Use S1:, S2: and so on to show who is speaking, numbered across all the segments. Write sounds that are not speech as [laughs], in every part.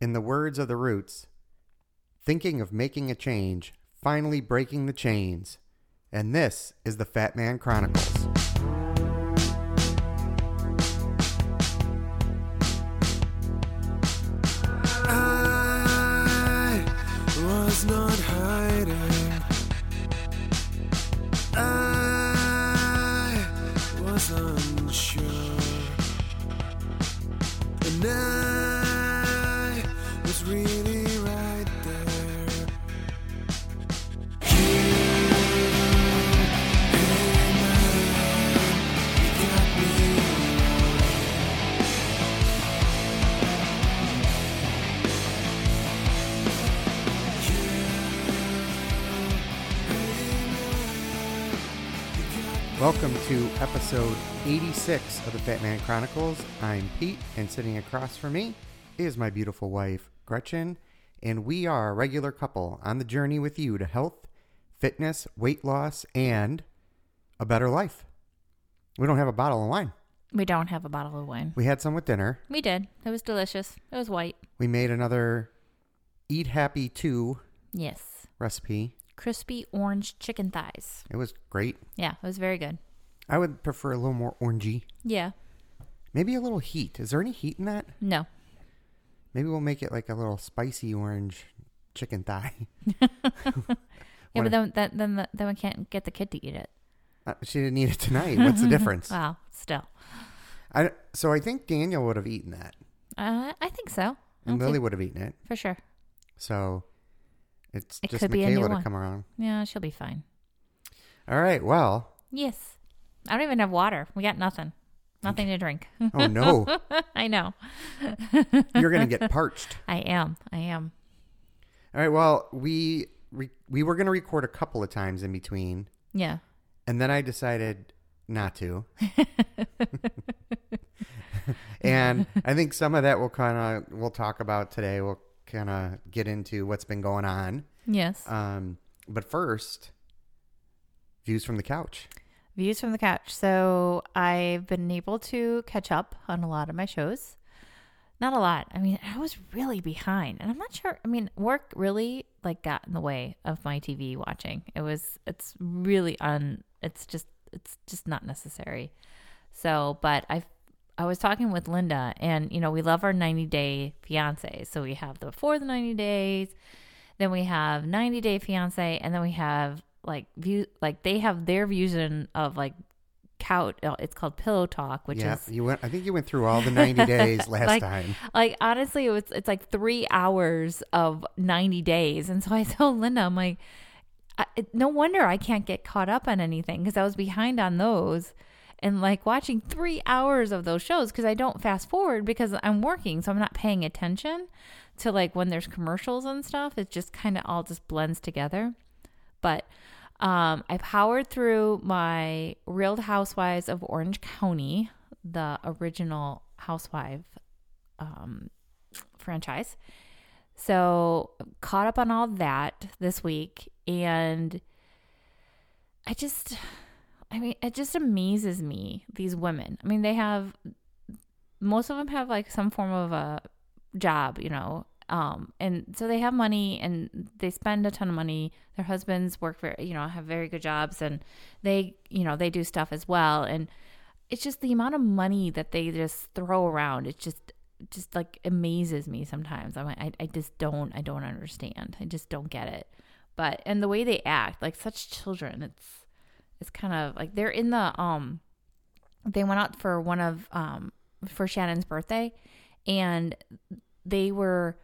S1: In the words of the Roots, thinking of making a change, finally breaking the chains. And this is the Fat Man Chronicles.
S2: I was not hiding. I was unsure. And I was really right there. You came out. You got me
S1: Welcome to episode 86 of the Fat Man Chronicles. I'm Pete, and sitting across from me is my beautiful wife, Gretchen. And we are a regular couple on the journey with you to health, fitness, weight loss, and a better life. We don't have a bottle of wine.
S3: We don't have a bottle of wine.
S1: We had some with dinner.
S3: We did. It was delicious. It was white.
S1: We made another Eat Happy 2
S3: Yes.
S1: recipe.
S3: Crispy orange chicken thighs.
S1: It was great.
S3: Yeah, it was very good.
S1: I would prefer a little more orangey.
S3: Yeah.
S1: Maybe a little heat. Is there any heat in that?
S3: No.
S1: Maybe we'll make it like a little spicy orange chicken thigh. [laughs]
S3: Yeah,
S1: What
S3: but then that, then the, then we can't get the kid to eat it.
S1: Uh, she didn't eat it tonight. What's
S3: [laughs]
S1: the difference?
S3: Wow. Still.
S1: I, so I think Daniel would have eaten that,
S3: Uh, I think so. I
S1: and
S3: don't
S1: Lily
S3: think-
S1: would have eaten it.
S3: for sure.
S1: So it's
S3: It
S1: just
S3: could be a new
S1: Michaela to
S3: one.
S1: come around.
S3: Yeah, she'll be fine.
S1: All right. Well.
S3: [laughs] Yes. I don't even have water. We got nothing. Nothing to drink.
S1: Oh no,
S3: [laughs] I know.
S1: you're gonna get parched.
S3: I am. I am.
S1: All right. Well, we re- we were gonna record a couple of times in between,
S3: Yeah.
S1: and then I decided not
S3: [laughs]
S1: to. and I think some of that we'll kind of we'll talk about today. We'll kind of get into what's been going on.
S3: Yes.
S1: Um, but first, views from the couch.
S3: Views from the couch. So I've been able to catch up on a lot of my shows. Not a lot. I mean, I was really behind, and I'm not sure. I mean, work really like got in the way of my TV watching. It was. It's really un. It's just. It's just not necessary. So, but I, I was talking with Linda, and you know, we love our 90 day fiance. So we have the before the 90 days, then we have 90 day fiance, and then we have like view, like they have their vision of like couch. oh, It's called pillow talk, which
S1: yeah,
S3: is
S1: you went. I think you went through all the ninety
S3: [laughs]
S1: days last
S3: like,
S1: time.
S3: Like honestly, it was it's like three hours of ninety days, and so I [laughs] told Linda, I'm like, I, it- no wonder I can't get caught up on anything because I was behind on those, and like watching three hours of those shows because I don't fast forward because I'm working, so I'm not paying attention to like when there's commercials and stuff. It just kind of all just blends together, but. Um, I powered through my Real Housewives of Orange County, the original Housewife um, franchise. So caught up on all that this week, and I just, I mean, it just amazes me these women. I mean, they have most of them have like some form of a job, you know. Um, and so they have money and they spend a ton of money. Their husbands work very, you know, have very good jobs and they, you know, they do stuff as well. And it's just the amount of money that they just throw around. It just, just like amazes me sometimes. I'm like, I, I just don't, I don't understand. I just don't get it. But, and the way they act like such children, it's, it's kind of like they're in the, um, they went out for one of um for Shannon's birthday and they were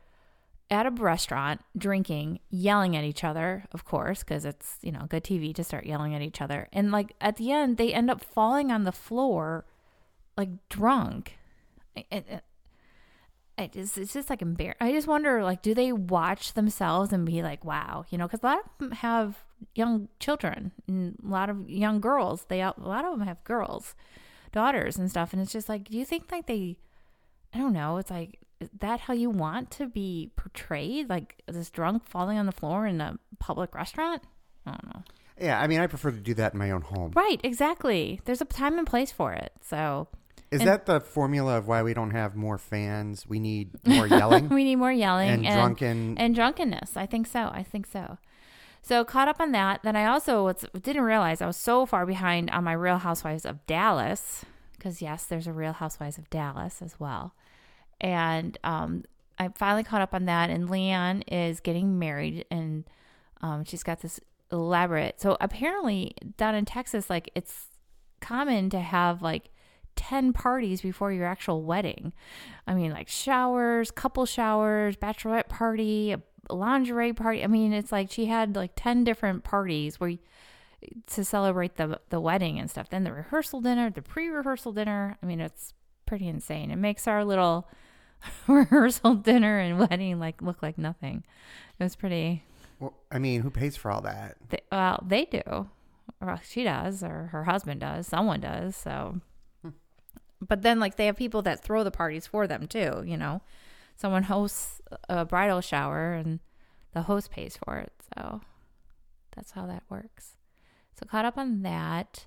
S3: at a restaurant drinking, yelling at each other, of course, cuz it's, you know, good TV to start yelling at each other. And like at the end they end up falling on the floor like drunk. I- I- I- I just, it's just like embarrassed. I just wonder, like, do they watch themselves and be like, wow, you know, because a lot of them have young children and a lot of young girls. They out, a lot of them have girls, daughters and stuff, and it's just like, do you think like they, I don't know, it's like is that how you want to be portrayed, like this drunk falling on the floor in a public restaurant? I don't know.
S1: Yeah, I mean, I prefer to do that in my own home.
S3: Right, exactly. There's a time and place for it. So
S1: Is
S3: And-
S1: that the formula of why we don't have more fans? We need
S3: [laughs]
S1: more yelling.
S3: we need more
S1: And
S3: yelling
S1: drunken-
S3: and drunkenness. I think so. I think so. So caught up on that. Then I also was- didn't realize I was so far behind on my Real Housewives of Dallas because yes, there's a Real Housewives of Dallas as well. And um, I finally caught up on that. And Leanne is getting married, and um, she's got this elaborate. So apparently down in Texas, like it's common to have like 10 parties before your actual wedding. I mean, like showers, couple showers, bachelorette party, a lingerie party. I mean, it's like she had like 10 different parties where to celebrate the the wedding and stuff. Then the rehearsal dinner, the pre-rehearsal dinner. I mean, it's pretty insane. It makes our little [laughs] rehearsal dinner and wedding like look like nothing. It was pretty
S1: well, I mean, who pays for all that?
S3: they, well, they do. Or she does, or her husband does. Someone does. So, Hmm. but then like they have people that throw the parties for them too. You know, someone hosts a bridal shower and the host pays for it. So that's how that works. So caught up on that.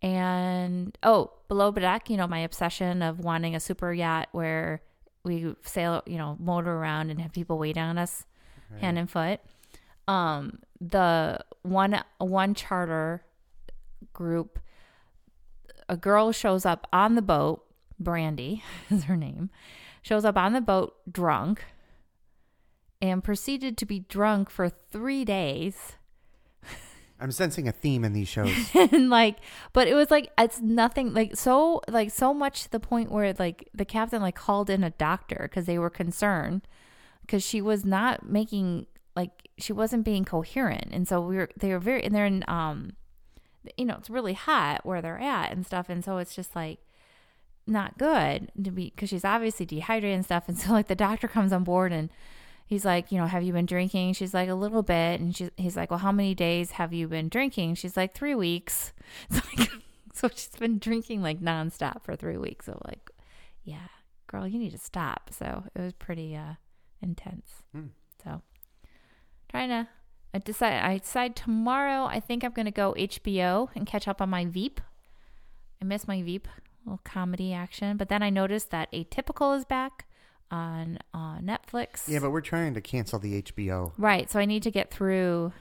S3: And oh, below deck, you know, my obsession of wanting a super yacht where we sail, you know, motor around and have people wait on us hand and foot um the one one charter group a girl shows up on the boat brandy [laughs] is her name shows up on the boat drunk and proceeded to be drunk for three days
S1: I'm sensing a theme in these shows.
S3: [laughs] and like but it was like it's nothing like so like so much to the point where like the captain like called in a doctor because they were concerned because she was not making like she wasn't being coherent and so we were they were very and they're in um you know it's really hot where they're at and stuff and so it's just like not good to be because she's obviously dehydrated and stuff and so [laughs] like the doctor comes on board and he's like you know have you been drinking she's like a little bit and she's, he's like well how many days have you been drinking she's like three weeks [laughs] so, like, so she's been drinking like nonstop for three weeks so like yeah girl you need to stop so it was pretty uh intense
S1: Hmm.
S3: so trying to I decide I decide tomorrow I think I'm gonna go HBO and catch up on my Veep. I miss my Veep little comedy action, but then I noticed that Atypical is back on uh, Netflix.
S1: yeah, but we're trying to cancel the HBO
S3: right. So I need to get through.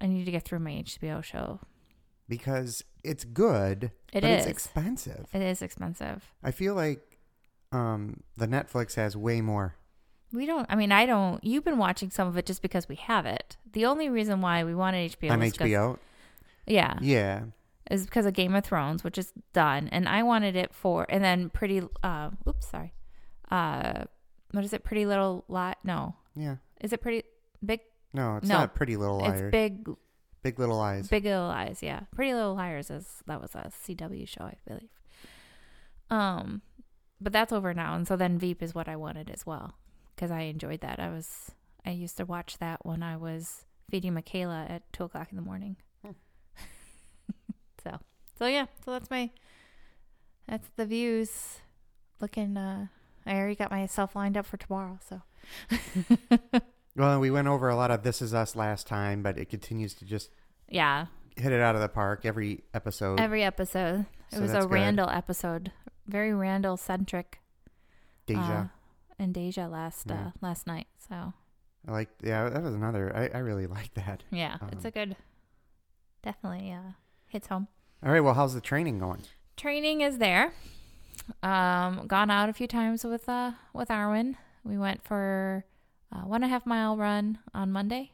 S3: I need to get through my HBO show.
S1: because it's good,
S3: It
S1: but it's
S3: is.
S1: expensive.
S3: It is expensive.
S1: I feel like um, the Netflix has way more.
S3: We don't. I mean, I don't. You've been watching some of it just because we have it. The only reason why we wanted HBO
S1: on
S3: was 'cause-
S1: HBO.
S3: Yeah.
S1: Yeah.
S3: Ah. is because of Game of Thrones, which is done, and I wanted it for, and then Pretty, uh, oops, sorry, uh, what is it? Pretty Little Lot? No,
S1: Yeah.
S3: is it Pretty Big?
S1: No, it's
S3: No.
S1: not Pretty Little Liars.
S3: It's
S1: big,
S3: Big
S1: Little Lies.
S3: Big Little Lies, yeah. Pretty Little Liars is that was a CW show, I believe. Um, but that's over now, and so then Veep is what I wanted as well because I enjoyed that. I was I used to watch that when I was feeding Michaela at two o'clock in the morning.
S1: Hmm.
S3: [laughs] so so yeah, so that's my that's the views. Looking, uh, I already got myself lined up for tomorrow, so.
S1: Well, we went over a lot of This Is Us last time, but it continues to just
S3: Yeah,
S1: hit it out of the park every episode.
S3: every episode. It
S1: So
S3: was a
S1: that's good.
S3: Randall episode, very Randall centric.
S1: Deja.
S3: uh, and Deja last uh, last night. So
S1: I like, yeah, that was another. I, I really like that.
S3: yeah, it's
S1: Um,
S3: a good, definitely uh, hits home.
S1: All right. Well, how's the training going?
S3: Training is there. Um, gone out a few times with uh with Arwen. We went for uh, one and a half mile run on Monday,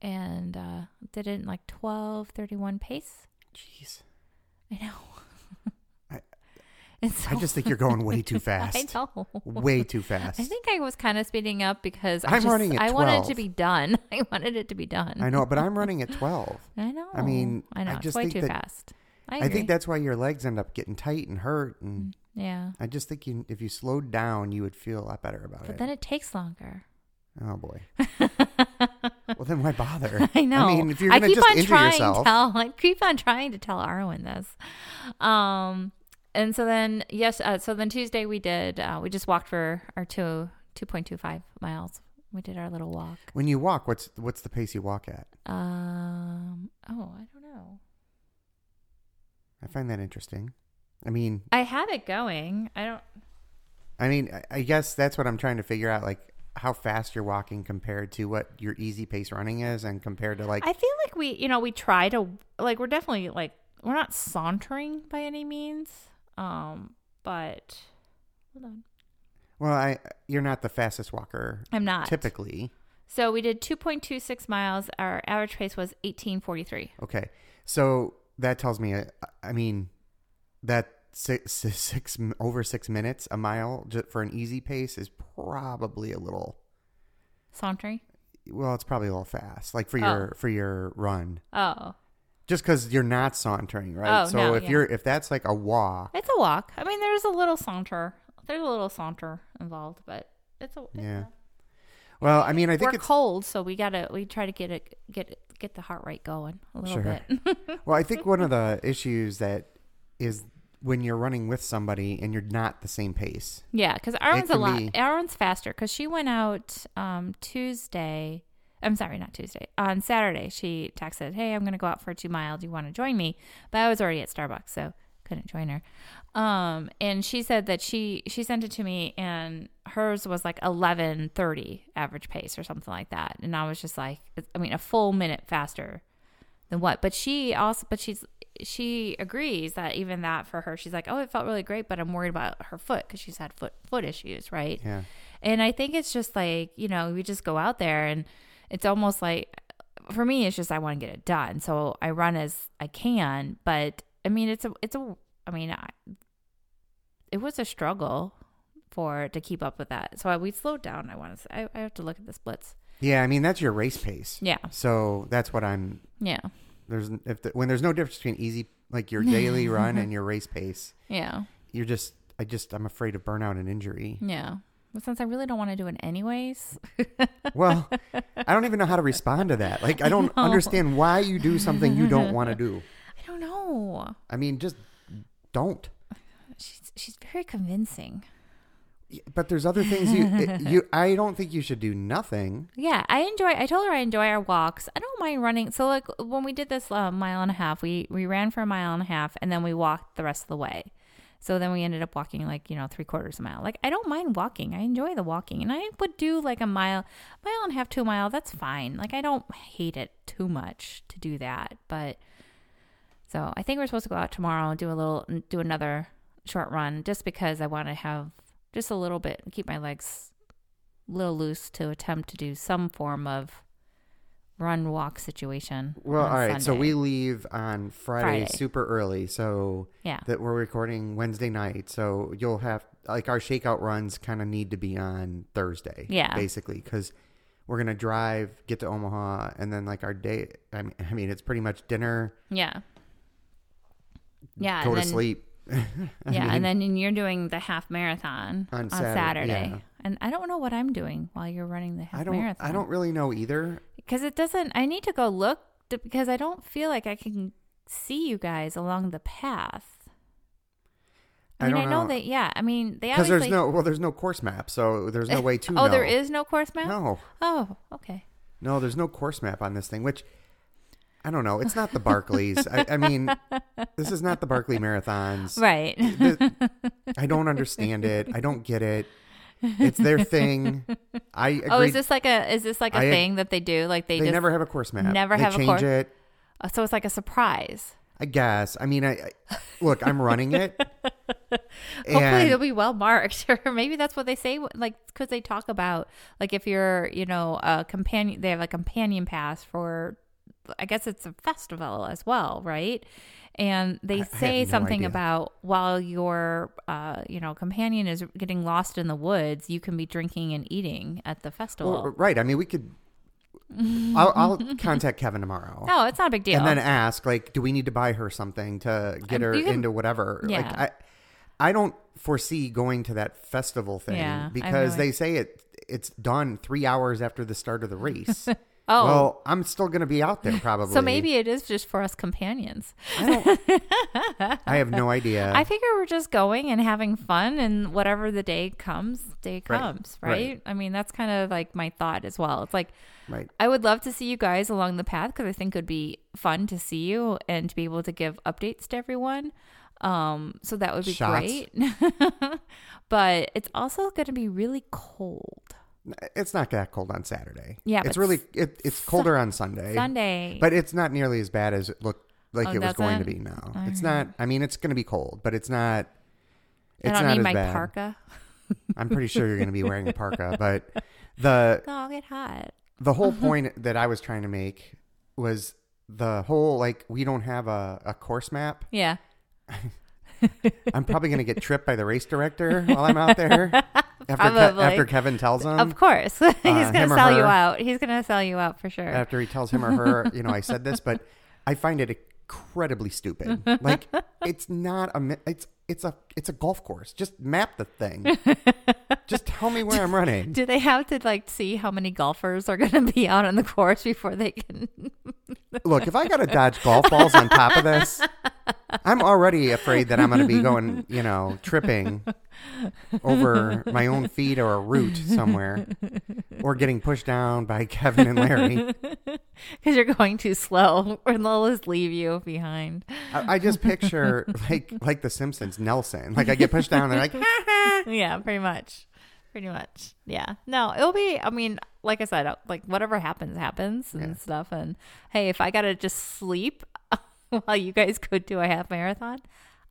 S3: and uh, did it in like twelve thirty one pace. [laughs]
S1: Jeez.
S3: I know.
S1: I-
S3: It's
S1: I just think you're going way too
S3: [laughs] I
S1: fast.
S3: know.
S1: Way too fast.
S3: I think I was kind of speeding up because I
S1: I'm
S3: just,
S1: running at
S3: I wanted it
S1: 12.
S3: to be done. [laughs] I wanted it to be done.
S1: I know, but I'm running at 12.
S3: [laughs] I know.
S1: I mean,
S3: I know
S1: I
S3: it's
S1: just
S3: way
S1: think
S3: too
S1: that-
S3: fast. I,
S1: I,
S3: agree. Mm.
S1: think that's why your legs end up getting tight and hurt. And
S3: yeah,
S1: I just think you, if you slowed down, you would feel a lot better about
S3: but
S1: it.
S3: then it takes longer.
S1: oh,
S3: [laughs]
S1: boy. [laughs] Well, then why bother?
S3: I
S1: I
S3: know.
S1: mean, if you're going to
S3: keep
S1: just
S3: on
S1: injure
S3: trying
S1: yourself.
S3: tell. [laughs] I keep on trying to tell Arwen this. Um, and so then yes, uh, so then Tuesday we did. Uh, we just walked for our two two point two five miles. We did our little walk.
S1: When you walk, what's what's the pace you walk at?
S3: Um, oh, I don't know.
S1: I find that interesting. I mean,
S3: I had it going. I don't.
S1: I mean, I- I guess that's what I'm trying to figure out, like how fast you're walking compared to what your easy pace running is, and compared to like
S3: I feel like we, you know, we try to like we're definitely like we're not sauntering by any means. Um, but hold on.
S1: well, I you're not the fastest walker
S3: I'm not.
S1: typically.
S3: So we did 2.26 miles. Our average pace was 1843.
S1: Okay, so that tells me, uh, I mean, that [laughs] six, six, six over six minutes a mile ju- for an easy pace is probably a little.
S3: Sauntering?
S1: Well, it's probably a little fast, like for your for your run,
S3: Oh.
S1: just because you're not sauntering, right?
S3: Oh,
S1: so
S3: no,
S1: if
S3: yeah.
S1: you're if that's like a walk,
S3: It's a walk. I mean, there's a little saunter. There's a little saunter involved, but it's a it's
S1: yeah.
S3: a-
S1: Well, I mean, I think
S3: we're
S1: it's
S3: cold, so we gotta we try to get it get it, get the heart rate going a little
S1: Sure.
S3: bit. [laughs]
S1: Well, I think one of the issues that is when you're running with somebody and you're not the same pace.
S3: yeah, because our one's a
S1: can
S3: lot.
S1: be-
S3: Our one's faster because she went out um, Tuesday. I'm sorry, not Tuesday. On Saturday, she texted, "Hey, I'm gonna go out for two mile. Do you want to join me?" But I was already at Starbucks, so couldn't join her. Um, and she said that she she sent it to me, and hers was like 11:30 average pace or something like that. And I was just like, I mean, a full minute faster than what but she also but she's she agrees that even that for her she's like oh it felt really great but i'm worried about her foot because she's had foot foot issues right
S1: Yeah.
S3: and i think it's just like you know we just go out there and it's almost like for me it's just i want to get it done so i run as i can but i mean it's a it's a i mean I, it was a struggle for to keep up with that so I, we slowed down i want to say I, I have to look at the splits
S1: Yeah, I mean that's your race pace.
S3: Yeah.
S1: So that's what I'm.
S3: yeah
S1: There's if the, when there's no difference between easy like your
S3: [laughs]
S1: daily run and your race pace,
S3: yeah
S1: you're just I just I'm afraid of burnout and injury.
S3: Yeah. Well, since I really don't want to do it anyways.
S1: Well, I don't even know how to respond to that. Like I don't
S3: [laughs] No.
S1: understand why you do something you don't want to do.
S3: I don't know.
S1: I mean, just don't.
S3: She's she's very convincing.
S1: But there's other things you
S3: [laughs]
S1: you I don't think you should do nothing.
S3: Yeah, I enjoy. I told her I enjoy our walks. I don't mind running. So like when we did this uh, mile and a half, we we ran for a mile and a half, and then we walked the rest of the way. So then we ended up walking like you know three quarters of a mile. Like I don't mind walking. I enjoy the walking, and I would do like a mile, mile and a half, two mile. That's fine. Like I don't hate it too much to do that. But so I think we're supposed to go out tomorrow and do a little, do another short run, just because I want to have just a little bit, keep my legs little loose to attempt to do some form of run walk situation.
S1: Well,
S3: on
S1: all right. So
S3: Sunday.
S1: we leave on Friday,
S3: Friday.
S1: super early. So
S3: yeah
S1: that we're recording Wednesday night. So you'll have like our shakeout runs kind of need to be on Thursday.
S3: Yeah.
S1: Basically, because we're gonna drive, get to Omaha, and then like our day. I mean, I mean, it's pretty much dinner,
S3: yeah yeah
S1: go
S3: and
S1: to
S3: then,
S1: sleep. [laughs] yeah,
S3: yeah, and then and you're doing the half marathon
S1: On
S3: on,
S1: Saturday,
S3: Saturday,
S1: yeah.
S3: and I don't know what I'm doing while you're running the half
S1: I don't.
S3: marathon.
S1: I don't really know either.
S3: because it doesn't. I need to go look to, because I don't feel like I can see you guys along the path. I
S1: I
S3: mean, I,
S1: don't
S3: know,
S1: know.
S3: that. Yeah, I mean, they
S1: Because
S3: obviously.
S1: there's no well, there's no course map, so there's
S3: [laughs]
S1: no way to.
S3: oh, there
S1: know.
S3: is no course map.
S1: No,
S3: Oh, okay.
S1: no, there's no course map on this thing. Which I don't know. It's not the Barclays. I, I mean, this is not the Barclay marathons.
S3: Right. [laughs]
S1: the- I don't understand it. I don't get it. It's their
S3: [laughs]
S1: thing. I agree.
S3: Oh, is this like a is this like a
S1: I-
S3: thing that they do? Like they,
S1: They
S3: just
S1: never have a course map.
S3: never
S1: they
S3: have a
S1: change
S3: course-
S1: it.
S3: Uh, So it's like a surprise.
S1: I guess. I mean, I, I look. I'm running it.
S3: [laughs] Hopefully,
S1: and
S3: it'll be well marked, [laughs] or maybe that's what they say. Like, because they talk about like if you're, you know, a companion, they have a companion pass for. I guess it's a festival as well, right? And they
S1: I have
S3: say
S1: no
S3: something
S1: idea.
S3: about while your, uh, you know, companion is getting lost in the woods, you can be drinking and eating at the festival.
S1: well, right. I mean, we could. I'll, I'll contact Kevin tomorrow
S3: no, it's not a big deal.
S1: and then ask, like, do we need to buy her something to get
S3: Um,
S1: her
S3: you can-
S1: into whatever? Like,
S3: Yeah.
S1: I, I don't foresee going to that festival thing
S3: Yeah, I have
S1: because
S3: no
S1: they
S3: idea.
S1: say it it's done three hours after the start of the
S3: [laughs]
S1: race.
S3: oh,
S1: Well, I'm still going to be out there probably.
S3: [laughs] so maybe it is just for us companions.
S1: I, don't,
S3: [laughs]
S1: I have no idea.
S3: I figure we're just going and having fun, and whatever the day comes, day
S1: Right,
S3: comes,
S1: right.
S3: right? I mean, that's kind of like my thought as well. It's like
S1: right.
S3: I would love to see you guys along the path because I think it would be fun to see you and to be able to give updates to everyone. Um, so that would be
S1: Shots.
S3: great. [laughs] but it's also going to be really cold.
S1: It's not that cold on Saturday.
S3: Yeah,
S1: it's
S3: but
S1: really it, it's colder on Sunday.
S3: Sunday.
S1: but it's not nearly as bad as it looked like
S3: Oh,
S1: it was
S3: that's
S1: going
S3: it?
S1: to be. No,
S3: All
S1: it's
S3: right.
S1: not. I mean, it's going to be cold, but it's not.
S3: I
S1: It's
S3: don't
S1: not
S3: need
S1: as
S3: my
S1: bad.
S3: parka.
S1: I'm pretty sure you're going to be wearing a
S3: [laughs]
S1: parka, but the
S3: Oh, I'll get hot.
S1: the
S3: [laughs]
S1: whole point that I was trying to make was the whole like we don't have a, a course map.
S3: Yeah.
S1: I'm probably going to get tripped by the race director while I'm out
S3: [laughs]
S1: there after Ke-
S3: Probably.
S1: after Kevin tells him
S3: of course. [laughs] He's going to
S1: him or
S3: sell you
S1: Um, uh, her.
S3: out. He's going to sell you out for sure.
S1: after he tells him or her, you know, I said this, but I find it incredibly stupid. Like it's not a mi- it's it's a it's a golf course. Just map the
S3: [laughs]
S1: thing. Just tell me where I'm running.
S3: Do they have to like see how many golfers are [laughs] going to be out on the course before they can?
S1: Look, if I got to dodge golf balls on top of this, I'm already afraid that I'm going to be going, you know, tripping over my own feet or a root somewhere or getting pushed down by [laughs] Kevin and Larry.
S3: Because you're going too slow, [laughs] or they'll just leave you behind. [laughs]
S1: I, I just picture like like the Simpsons, Nelson. Like I get pushed down and they're like,
S3: yeah, pretty much. Pretty much. Yeah. No, it'll be, I mean, like I said, uh, like whatever happens, happens and
S1: Yeah.
S3: stuff. And hey, if I got to just sleep [laughs] while you guys go do a half marathon,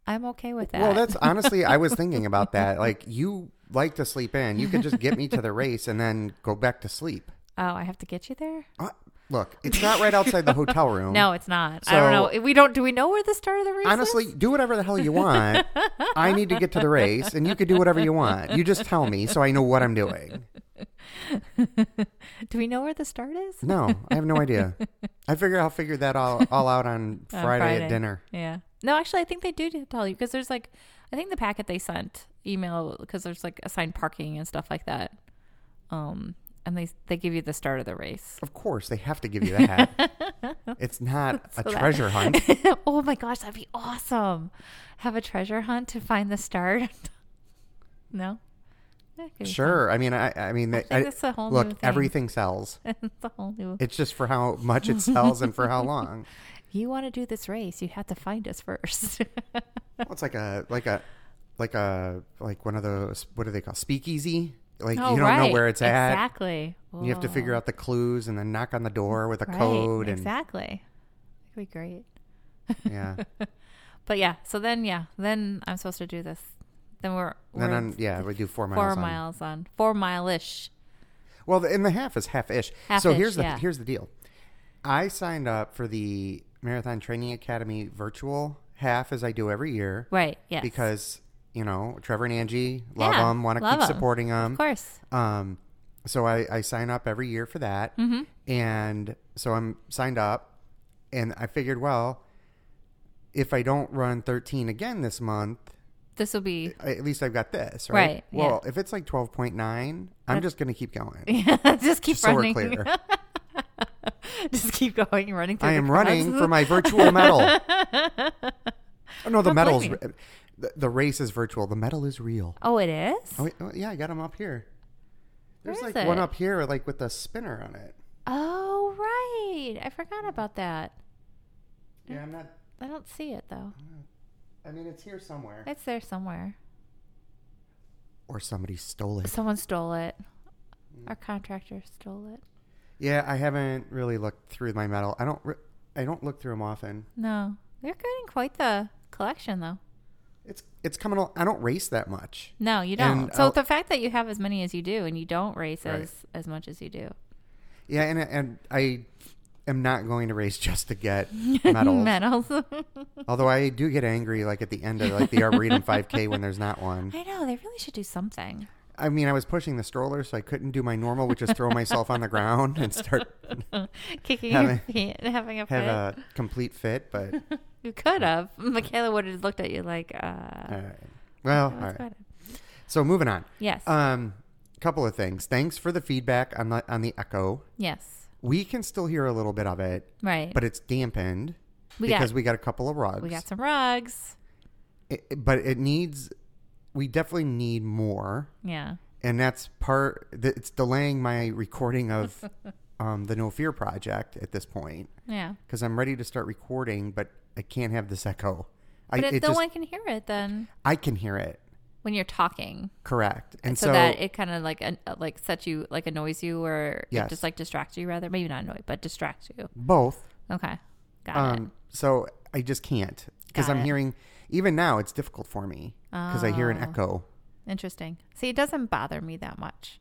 S3: I'm okay with that.
S1: Well, that's honestly, I was thinking about that. Like, you like to sleep in. You could just get me to the race and then go back to sleep.
S3: oh, I have to get you there?
S1: Uh, look, it's not right outside the hotel room.
S3: No, it's not. I don't
S1: Um, So-
S3: know. We don't, do we know where the start of the race is?
S1: Honestly, do whatever the hell you want. I need to get to the race, and you could do whatever you want. You just tell me so I know what I'm doing.
S3: do we know where the start is?
S1: No, I have no idea. I figure I'll figure that all, all out on Friday,
S3: On
S1: at dinner.
S3: Yeah. No, actually, I think they do tell you because there's like, I think the packet they sent email because there's like assigned parking and stuff like that. Um, and they they give you the start of the race. [laughs]
S1: Of course, they have to give you that. it's not a
S3: So that- [laughs]
S1: treasure hunt.
S3: oh my gosh, that'd be awesome! Have a treasure hunt to find the start. [laughs] no. That could be
S1: Sure. I mean, I, I mean, I
S3: think that's a whole
S1: look,
S3: new thing. [laughs]
S1: everything sells.
S3: fun. it's a whole new.
S1: It's just for how much it sells and for how
S3: [laughs]
S1: long.
S3: you want to do this race, you have to find us first. [laughs]
S1: Well, it's like a like a like a like one of those what do they call speakeasy? Like
S3: Oh,
S1: you don't know where
S3: right.
S1: it's at.
S3: Exactly.
S1: You have to figure out the clues and then knock on the door with a
S3: Right,
S1: code and
S3: Exactly. That could be great.
S1: yeah.
S3: [laughs] But yeah, so then yeah, then I'm supposed to do this. Then we're, we're
S1: then on, yeah, we do four miles.
S3: four
S1: on.
S3: miles on four mile ish.
S1: Well, the, and the half is half-ish. so
S3: Half-ish,
S1: here's the
S3: yeah.
S1: here's the deal. I signed up for the Marathon Training Academy virtual half as I do every year
S3: Right. Yes.
S1: because you know Trevor and Angie love
S3: Yeah,
S1: them, want to
S3: love
S1: keep
S3: 'em.
S1: supporting them.
S3: of course.
S1: Um, so I, I sign up every year for that.
S3: Mm-hmm.
S1: And so I'm signed up and I figured, well, if I don't run 13 again this month,
S3: This will be
S1: I- at least I've got this, right?
S3: Right, yeah.
S1: Well, if it's like 12.9, I'm just going to keep
S3: [laughs]
S1: going.
S3: just keep
S1: Just so we're
S3: running.
S1: clear.
S3: [laughs] just keep going, running through
S1: I
S3: the
S1: am running
S3: crowds.
S1: for my virtual medal. oh, no, the
S3: Don't blame
S1: medal's,
S3: me.
S1: the, the race is virtual. The medal is real.
S3: [laughs] Oh it is?
S1: Oh, wait, oh, yeah, I got them up here. There's
S3: Where is
S1: like one
S3: it?
S1: up here, like with a spinner on it.
S3: Oh right. I forgot about that.
S1: Yeah, I'm not
S3: I don't see it though.
S1: I mean, it's here somewhere.
S3: It's there somewhere.
S1: Or somebody stole it.
S3: Someone stole it.
S1: Mm.
S3: Our contractor stole it.
S1: Yeah, I haven't really looked through my medal. I don't. Re- I don't look through them often.
S3: No. You're getting quite the collection though.
S1: It's it's coming. al- I don't race that much.
S3: No, you don't.
S1: And
S3: so
S1: I'll-
S3: the fact that you have as many as you do and you don't race
S1: Right.
S3: as as much as
S1: [laughs]
S3: you do.
S1: Yeah, and and I am not going to race just to
S3: [laughs]
S1: get medals.
S3: Medals.
S1: [laughs] Although I do get angry, like at the end of like the Arboretum 5K when there's not one.
S3: I know, they really should do something.
S1: I mean, I was pushing the stroller, so I couldn't do my normal, which is throw myself on the ground and start
S3: [laughs] Kicking
S1: Have
S3: your
S1: a-
S3: feet and having a fit.
S1: have a complete fit.
S3: [laughs]
S1: But all
S3: you could have. Michaela would have looked at you like, uh
S1: right. well, all
S3: what's
S1: right.
S3: going on?
S1: So moving on.
S3: Yes.
S1: Um, couple of things. Thanks for the feedback on the on the echo.
S3: yes.
S1: We can still hear a little bit of it,
S3: Right.
S1: but it's dampened
S3: we
S1: because
S3: got
S1: we got a couple of rugs.
S3: we got some rugs.
S1: It- it- but it needs. We definitely need more,
S3: Yeah.
S1: and that's part. That it's delaying my recording of [laughs] um, the No Fear project at this point
S3: Yeah.
S1: because I'm ready to start recording, but I can't have this echo.
S3: But
S1: I,
S3: if
S1: it
S3: no
S1: just,
S3: one can hear it, then
S1: I can hear it.
S3: when you're talking,
S1: Correct. And
S3: so,
S1: so,
S3: that it kind of like an, uh, like sets you like annoys you or it
S1: Yes.
S3: just like distracts you rather maybe not annoy but distracts you.
S1: both.
S3: Okay, got it.
S1: Um, so I just can't because
S3: Got
S1: I'm
S3: it.
S1: hearing, even now, it's difficult for me because I hear an
S3: Oh.
S1: echo.
S3: Interesting. See, it doesn't bother me that much.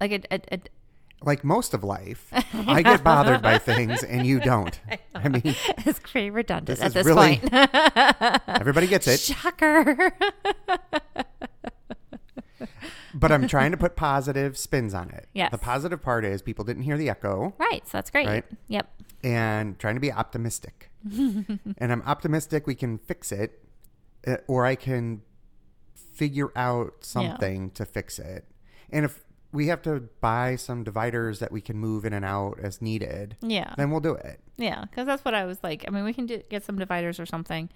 S3: Like it, it, it [laughs]
S1: Like most of life, I get bothered by things and you
S3: [laughs]
S1: don't. I mean,
S3: it's pretty redundant
S1: This
S3: at
S1: is
S3: this
S1: really-
S3: point. [laughs]
S1: everybody gets it,
S3: Shocker. [laughs]
S1: but I'm trying to put positive spins on it.
S3: Yes.
S1: The positive part is people didn't hear the echo.
S3: right. So that's great.
S1: Right.
S3: Yep.
S1: and trying to be
S3: [laughs]
S1: optimistic. and I'm optimistic we can fix it, uh, or I can figure out something to fix it. And if we have to buy some dividers that we can move in and out as needed,
S3: Yeah.
S1: then we'll do it.
S3: Yeah, because that's what I was like. I mean, we can do, get some dividers or something.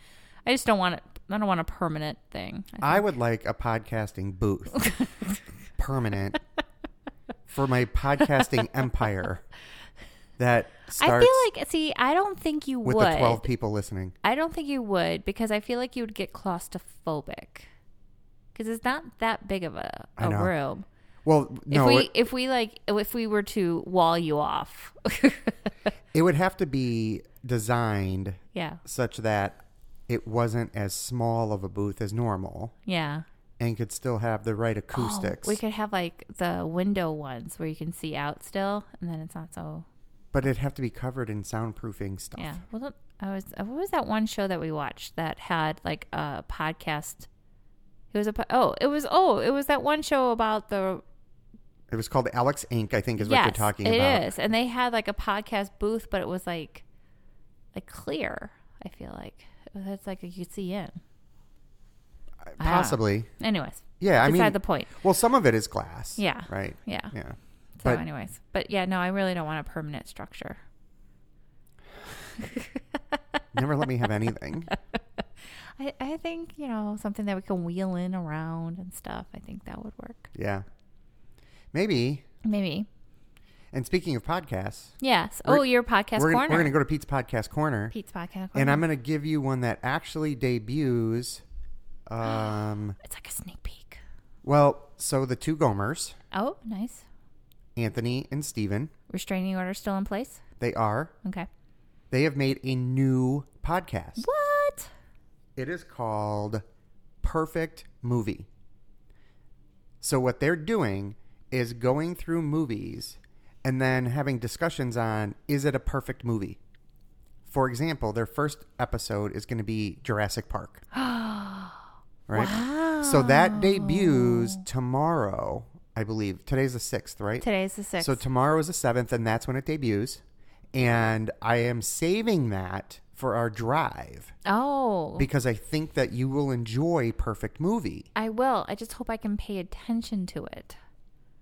S3: I just don't want it. I don't want a permanent thing.
S1: I
S3: [laughs]
S1: would like a podcasting booth, permanent, for my
S3: [laughs]
S1: podcasting empire that
S3: I
S1: starts
S3: feel like see, I don't think you
S1: with
S3: would.
S1: the 12 people listening.
S3: I don't think you would because I feel like you would get claustrophobic. Because it's not that big of a,
S1: I
S3: a
S1: know.
S3: room.
S1: Well, no,
S3: if we
S1: it-
S3: if we like if we were to wall you off, [laughs]
S1: it would have to be designed
S3: yeah,
S1: such that it wasn't as small of a booth as normal
S3: yeah.
S1: and could still have the right
S3: Oh,
S1: acoustics.
S3: we could have like the window ones where you can see out still, and then it's not so
S1: but it'd have to be covered in soundproofing stuff.
S3: Yeah. Well, don't- I was. uh, What was that one show that we watched that had like a podcast? It was a. po- Oh, it was. Oh, it was that one show about the.
S1: It was called Alex Inc., I think is what
S3: yes,
S1: you're talking
S3: it
S1: about.
S3: is. and they had like a podcast booth, but it was like, like clear. I feel like that's like you could see in.
S1: Uh,
S3: Ah.
S1: Possibly.
S3: Anyways,
S1: Yeah, I
S3: beside
S1: mean,
S3: the point.
S1: well, some of it is glass.
S3: Yeah.
S1: Right.
S3: Yeah.
S1: Yeah.
S3: So,
S1: but-
S3: anyways, but yeah, no, I really don't want a permanent structure.
S1: Never let me have
S3: [laughs]
S1: anything.
S3: I, I think you know something that we can wheel in around and stuff. I think that would work.
S1: Yeah. Maybe.
S3: Maybe.
S1: And speaking of podcasts,
S3: Yes.
S1: We're-
S3: oh, your podcast
S1: we're,
S3: corner.
S1: we're going to go to Pete's Podcast Corner.
S3: Pete's podcast.
S1: And I'm going to give you one that actually
S3: [gasps]
S1: debuts. Um,
S3: It's like a sneak peek.
S1: well, so the two Gomers,
S3: Oh, nice.
S1: Anthony and Steven,
S3: Restraining order still in place.
S1: they are
S3: Okay.
S1: they have made a new podcast.
S3: What?
S1: It is called Perfect Movie. So, what they're doing is going through movies and then having discussions on is it a perfect movie? For example, their first episode is going to be Jurassic Park. right? So, that debuts tomorrow, I believe. Today's the 6th, right?
S3: Today's the sixth.
S1: So tomorrow is the seventh, and that's when it debuts. And I am saving that for our drive
S3: oh,
S1: because I think that you will enjoy Perfect Movie.
S3: I will. I just hope I can pay attention to it.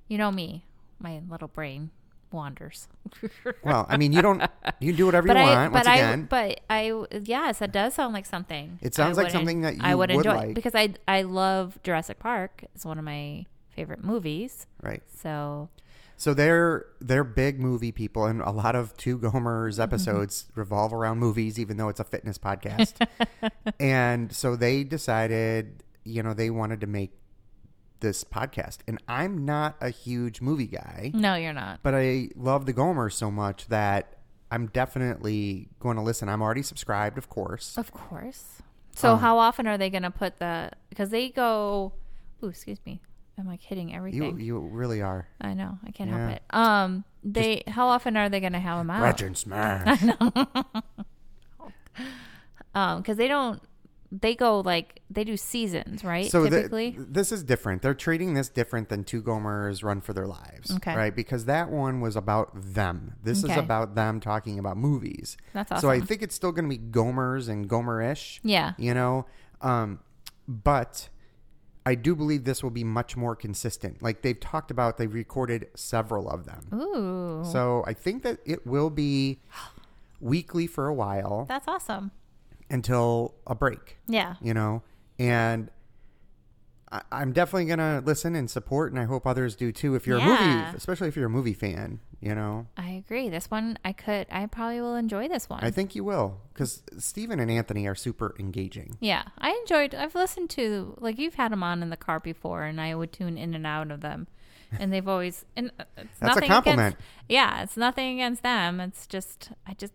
S3: You know me, my little brain wanders. [laughs]
S1: Well, I mean, you don't you can do whatever you want.
S3: I,
S1: once
S3: but
S1: again,
S3: I, but I, yes, that does sound like something.
S1: It sounds
S3: I
S1: like
S3: would en-
S1: something that
S3: I
S1: you
S3: would,
S1: would
S3: enjoy
S1: like.
S3: because I, I love Jurassic Park. It's one of my favorite movies.
S1: right?
S3: So
S1: So they're they're big movie people, and a lot of Two Gomers
S3: Mm-hmm.
S1: episodes revolve around movies, even though it's a fitness
S3: [laughs]
S1: podcast. and so they decided, you know, they wanted to make this podcast. And I'm not a huge movie guy.
S3: no, you're not.
S1: but I love the Gomer so much that I'm definitely going to listen. I'm already subscribed, of course.
S3: Of course. So
S1: Um,
S3: how often are they going to put the? Because they go. Ooh, excuse me. I'm like hitting
S1: You
S3: everything.
S1: you really are.
S3: I know. I can't
S1: Yeah.
S3: help it. Um, they. how often are they going to have them out?
S1: Ratchet and smash.
S3: [laughs] Um, because they don't. They go like they do seasons, right?
S1: so the-
S3: Typically.
S1: this is different. They're treating this different than Two Gomers Run for Their Lives,
S3: Okay.
S1: right? Because that one was about them. This is
S3: Okay.
S1: about them talking about movies.
S3: That's
S1: So I
S3: awesome.
S1: think it's still going to be Gomers and Gomerish.
S3: yeah.
S1: you know um but i do believe this will be much more consistent like they've talked about they've recorded several of them
S3: Ooh,
S1: so i think that it will be weekly for a while
S3: that's awesome.
S1: until a break
S3: Yeah.
S1: you know and I, I'm definitely gonna listen and support, and I hope others do too. If you're a
S3: Yeah.
S1: movie, especially if you're a movie fan, you know,
S3: I agree. This one, I could, I probably will enjoy this one.
S1: I think you will because Stephen and Anthony are super engaging.
S3: yeah, I enjoyed. I've listened to like you've had them on in the car before, and I would tune in and out of them, and they've always and uh, it's
S1: That's a
S3: nothing
S1: compliment.
S3: Against, yeah, it's nothing against them. It's just I just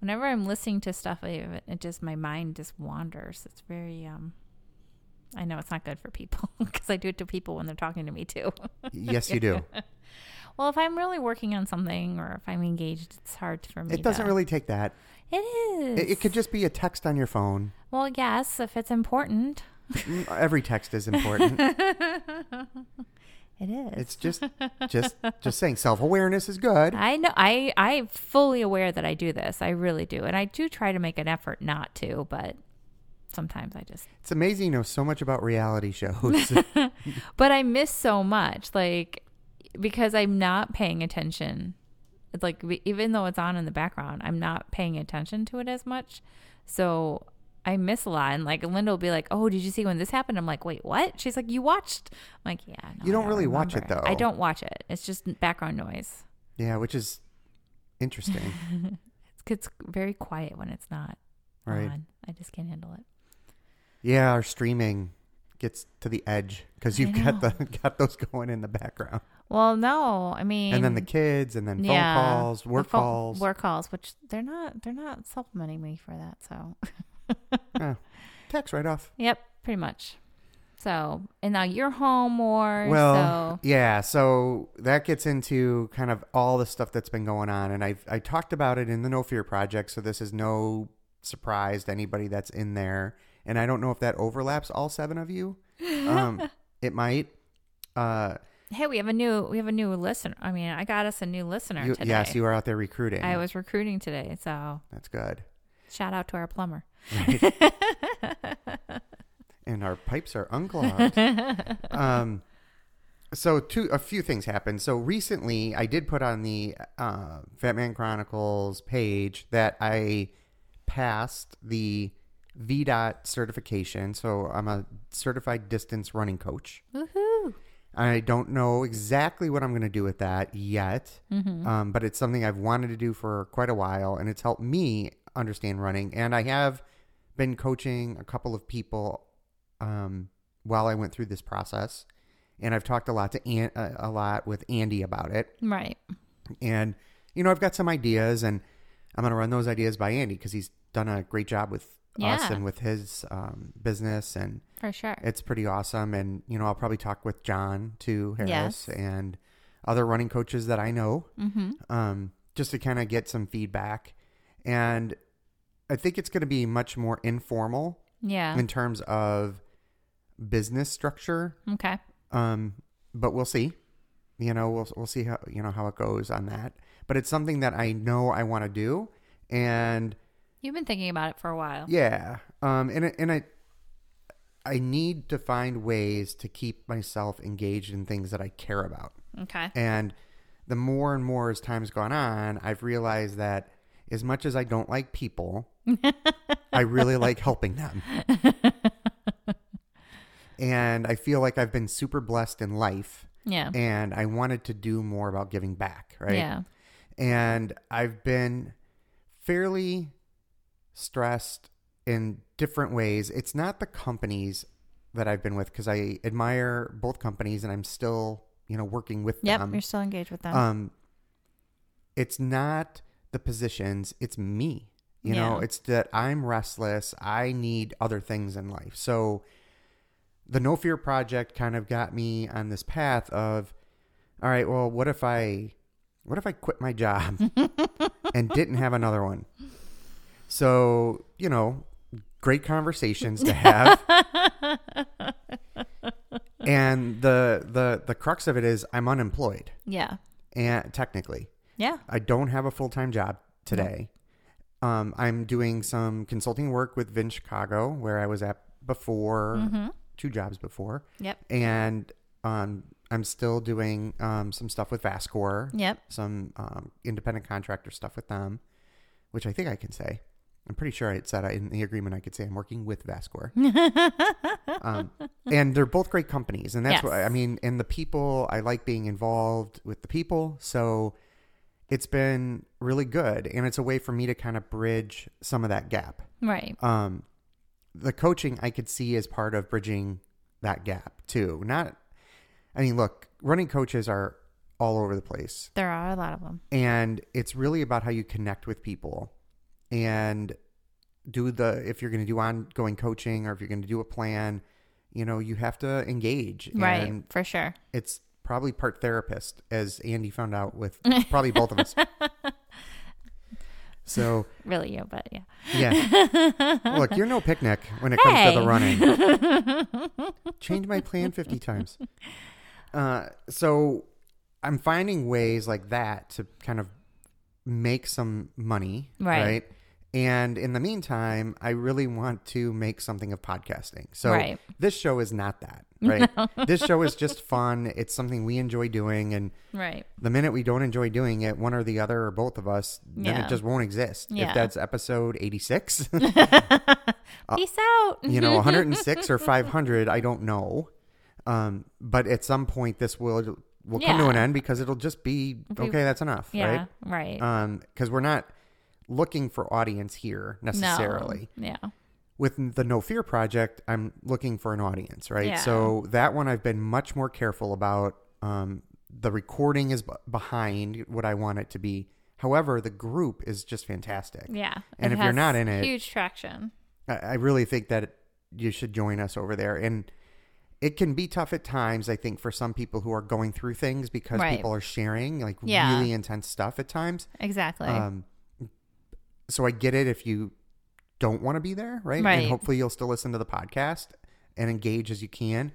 S3: whenever I'm listening to stuff, I, it just my mind just wanders. It's very um. I know it's not good for people [laughs] because I do it to people when they're talking to me too. [laughs]
S1: Yes, you do.
S3: well, if I'm really working on something or if I'm engaged, it's hard for me.
S1: It doesn't
S3: to-
S1: really take that.
S3: It is.
S1: It, it could just be a text on your phone.
S3: Well, yes, if it's important, [laughs]
S1: Mm, Every text is important.
S3: it is.
S1: It's just, just, just saying self awareness is good.
S3: I know. I I'm fully aware that I do this. I really do, and I do try to make an effort not to, but sometimes I just.
S1: It's amazing you know so much about reality
S3: [laughs]
S1: shows.
S3: But I miss so much, like because I'm not paying attention. It's like we- even though it's on in the background, I'm not paying attention to it as much. So I miss a lot, and like Linda will be like, "Oh, did you see when this happened?" I'm like, "Wait, what?" She's like, "You watched?" I'm like, "Yeah." no,
S1: You
S3: I
S1: don't really watch it,
S3: remember."
S1: though.
S3: I don't watch it. It's just background noise.
S1: yeah, which is
S3: [laughs]
S1: interesting,
S3: It gets very quiet when it's not
S1: right?
S3: on. I just can't handle it.
S1: Yeah, our streaming gets to the edge because
S3: I
S1: you've got the [laughs] got those going in the background,
S3: Well, no, I mean,
S1: and then the kids, and then phone calls,
S3: the
S1: work
S3: phone-
S1: calls.
S3: work calls, which they're not they're not supplementing me for that. So, [laughs]
S1: Yeah. Tax write off.
S3: yep, pretty much. So, and now you're home more.
S1: Well,
S3: so,
S1: yeah. So that gets into kind of all the stuff that's been going on, and I I talked about it in the No Fear Project, so this is no surprise to anybody that's in there. And I don't know if that overlaps all seven of
S3: [laughs]
S1: you. Um, it might. Uh,
S3: hey, we have a new we have a new listener. I mean, I got us a new listener
S1: you,
S3: today.
S1: yes, you are out there recruiting.
S3: I was recruiting today, so
S1: That's good.
S3: shout out to our plumber.
S1: and our pipes are unclogged. um, so two, a few things happened. So recently, I did put on the uh, Fat Man Chronicles page that I passed the VDOT certification. So I'm a certified distance running coach.
S3: [laughs] Woohoo!
S1: I don't know exactly what I'm going to do with that yet, um, but it's something I've wanted to do for quite a while, and it's helped me understand running. And I have been coaching a couple of people um, while I went through this process, and I've talked a lot to An- uh, a lot with Andy about it.
S3: Right.
S1: And you know, I've got some ideas, and I'm going to run those ideas by Andy because he's done a great job with us
S3: Yeah.
S1: and with his um, business and
S3: For sure.
S1: it's pretty awesome. And, you know, I'll probably talk with John too, Harris,
S3: Yes.
S1: and other running coaches that I know,
S3: mm-hmm.
S1: um, just to kind of get some feedback. And I think it's going to be much more informal
S3: Yeah.
S1: in terms of business structure.
S3: okay.
S1: Um, but we'll see. You know, we'll we'll see how you know how it goes on that. But it's something that I know I want to do, and
S3: You've been thinking about it for a while.
S1: yeah. Um and I- and I I need to find ways to keep myself engaged in things that I care about. [laughs]
S3: Okay.
S1: And the more and more as time's gone on, I've realized that as much as I don't like people, I really like
S3: [laughs]
S1: helping them. and I feel like I've been super blessed in life
S3: Yeah.
S1: and I wanted to do more about giving back, right?
S3: Yeah.
S1: and I've been fairly stressed in different ways. It's not the companies that I've been with because I admire both companies and I'm still, you know, working with
S3: Yep.
S1: them.
S3: you're still engaged with them.
S1: Um, it's not the positions, it's me. You know,
S3: Yeah.
S1: it's that I'm restless. I need other things in life. So the No Fear Project kind of got me on this path of, all right, well, what if I, what if I quit my
S3: [laughs]
S1: job and didn't have another one? So, you know, great conversations to
S3: [laughs]
S1: have. uh, and the the the crux of it is I'm unemployed
S3: yeah.
S1: and technically
S3: Yeah.
S1: i don't have a full-time job today um, i'm doing some consulting work with vin chicago where i was at before two jobs before
S3: Yep.
S1: and um, i'm still doing um, some stuff with vascor
S3: Yep.
S1: some um, independent contractor stuff with them which i think i can say I'm pretty sure it said I- in the agreement I could say I'm working with Vascor. um, and they're both great companies, and that's
S3: Yes.
S1: what I mean. And the people, I like being involved with the people, so it's been really good, and it's a way for me to kind of bridge some of that gap.
S3: Right.
S1: Um, the coaching I could see as part of bridging that gap too. Not, I mean, look, running coaches are all over the place
S3: There are a lot of them.
S1: and it's really about how you connect with people and do the if you're going to do ongoing coaching or if you're going to do a plan you know you have to engage
S3: Right.
S1: and
S3: For sure.
S1: it's probably part therapist as andy found out with probably both of us so
S3: Really you, but yeah.
S1: yeah look you're no picnic when it comes to the
S3: Hey.
S1: running
S3: [laughs]
S1: change my plan 50 times uh, so i'm finding ways like that to kind of make some money
S3: Right.
S1: and in the meantime i really want to make something of podcasting so
S3: Right.
S1: this show is not that right
S3: [laughs]
S1: this show is just fun it's something we enjoy doing and
S3: [laughs] Right.
S1: the minute we don't enjoy doing it, one or the other or both of us, then
S3: Yeah.
S1: it just won't exist.
S3: Yeah.
S1: If that's episode 86, uh,
S3: Peace out.
S1: you know,
S3: [laughs]
S1: 106 or 500, I don't know. Um, but at some point, this will will come to
S3: Yeah.
S1: an end because it'll just be okay. That's enough,
S3: Yeah. Right.
S1: right? Because we're not looking for audience here necessarily.
S3: No. Yeah.
S1: With the No Fear Project, I'm looking for an audience, right?
S3: Yeah.
S1: So that one I've been much more careful about. Um, the recording is b- behind what I want it to be. However, the group is just fantastic.
S3: Yeah.
S1: And
S3: It
S1: if you're
S3: has
S1: not in it-
S3: huge traction.
S1: I, I really think that you should join us over there. And it can be tough at times, I think, for some people who are going through things because
S3: Right.
S1: people are sharing like
S3: Yeah.
S1: really intense stuff at times.
S3: Exactly.
S1: Um, so I get it if you don't want to be there, right?
S3: Right.
S1: And hopefully you'll still listen to the podcast and engage as you can.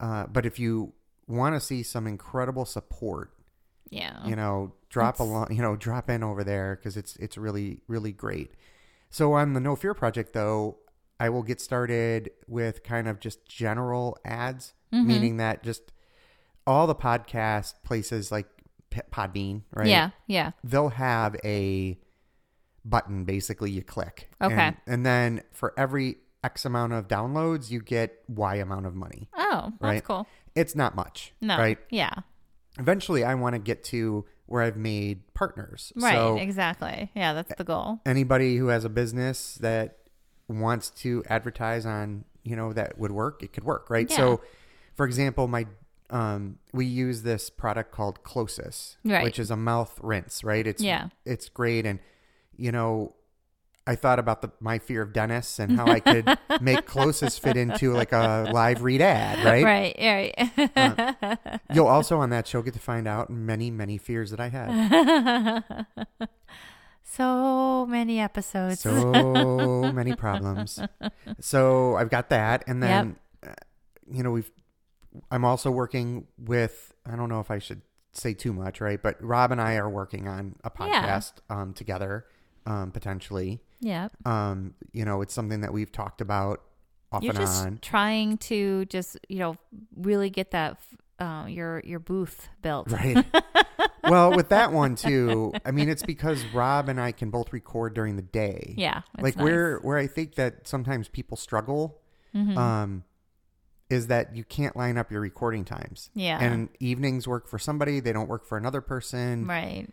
S1: Uh, but if you want to see some incredible support,
S3: yeah.
S1: you know, drop along, you know, drop in over there because it's it's really really great. So on the No Fear project, though, I will get started with kind of just general ads,
S3: Mm-hmm.
S1: meaning that just all the podcast places like P- Podbean, right?
S3: Yeah. Yeah.
S1: they'll have a button basically you click.
S3: Okay.
S1: And, and then for every X amount of downloads, you get Y amount of money.
S3: Oh, that's
S1: Right.
S3: cool.
S1: It's not much.
S3: No.
S1: Right.
S3: Yeah.
S1: Eventually, I want to get to where I've made partners.
S3: Right.
S1: So
S3: exactly. Yeah. That's the goal.
S1: anybody who has a business that wants to advertise on, you know, that would work, it could work. Right.
S3: Yeah.
S1: So, for example, my, um, we use this product called Closis,
S3: Right.
S1: which is a mouth rinse, right? It's
S3: Yeah.
S1: it's great and you know i thought about the my fear of dentists and
S3: [laughs]
S1: how i could make closest fit into like a live read
S3: [laughs]
S1: ad right, Uh,
S3: Right. Right.
S1: you'll also on that show get to find out many many fears that i had
S3: [laughs] so many episodes.
S1: so
S3: [laughs]
S1: many problems so i've got that and then uh, you know we've i'm also working with i don't know if i should say too much right but rob and i are working on a
S3: Yeah.
S1: podcast um, together um, potentially
S3: yeah.
S1: um, you know, it's something that we've talked about off
S3: You're
S1: and
S3: just [laughs]
S1: on.
S3: trying to just, you know, really get that uh, your your booth built.
S1: Right. well, with that one too, I mean, it's because Rob and I can both record during the day.
S3: [laughs] Yeah. it's
S1: like
S3: nice.
S1: where where I think that sometimes people struggle,
S3: Mm-hmm.
S1: um, is that you can't line up your recording times.
S3: Yeah.
S1: And evenings work for somebody; they don't work for another person.
S3: Right.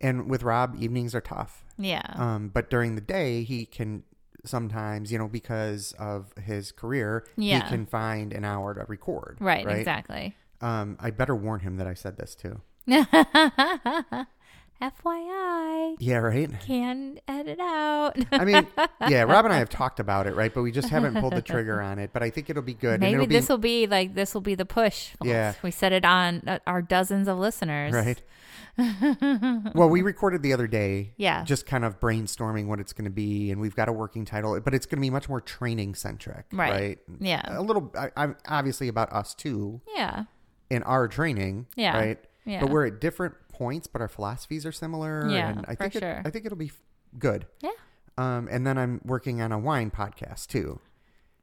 S1: And with Rob, evenings are tough.
S3: Yeah.
S1: Um, but during the day, he can sometimes, you know, because of his career,
S3: Yeah.
S1: he can find an hour to record.
S3: right, Exactly. [laughs]
S1: Um, I better warn him that I said this too.
S3: FYI,
S1: Yeah, right.
S3: can edit out. [laughs]
S1: I mean, yeah, Rob and I have talked about it, right? But we just haven't pulled the trigger on it. But I think it'll be good. and
S3: Maybe
S1: it'll
S3: this will be like this will be the push.
S1: Yeah.
S3: we said it on uh, our dozens of listeners.
S1: right.
S3: [laughs]
S1: well, we recorded the other day.
S3: Yeah.
S1: Just kind of brainstorming what it's going to be, and we've got a working title, but it's going to be much more training centric,
S3: Right.
S1: right?
S3: Yeah.
S1: A little, I, I'm obviously about us too.
S3: Yeah.
S1: in our training,
S3: Yeah.
S1: right?
S3: Yeah.
S1: But we're at different points, but our philosophies are similar.
S3: Yeah,
S1: and I
S3: for
S1: think it-
S3: sure.
S1: I think it'll be f- good.
S3: Yeah.
S1: Um, and then I'm working on a wine podcast too,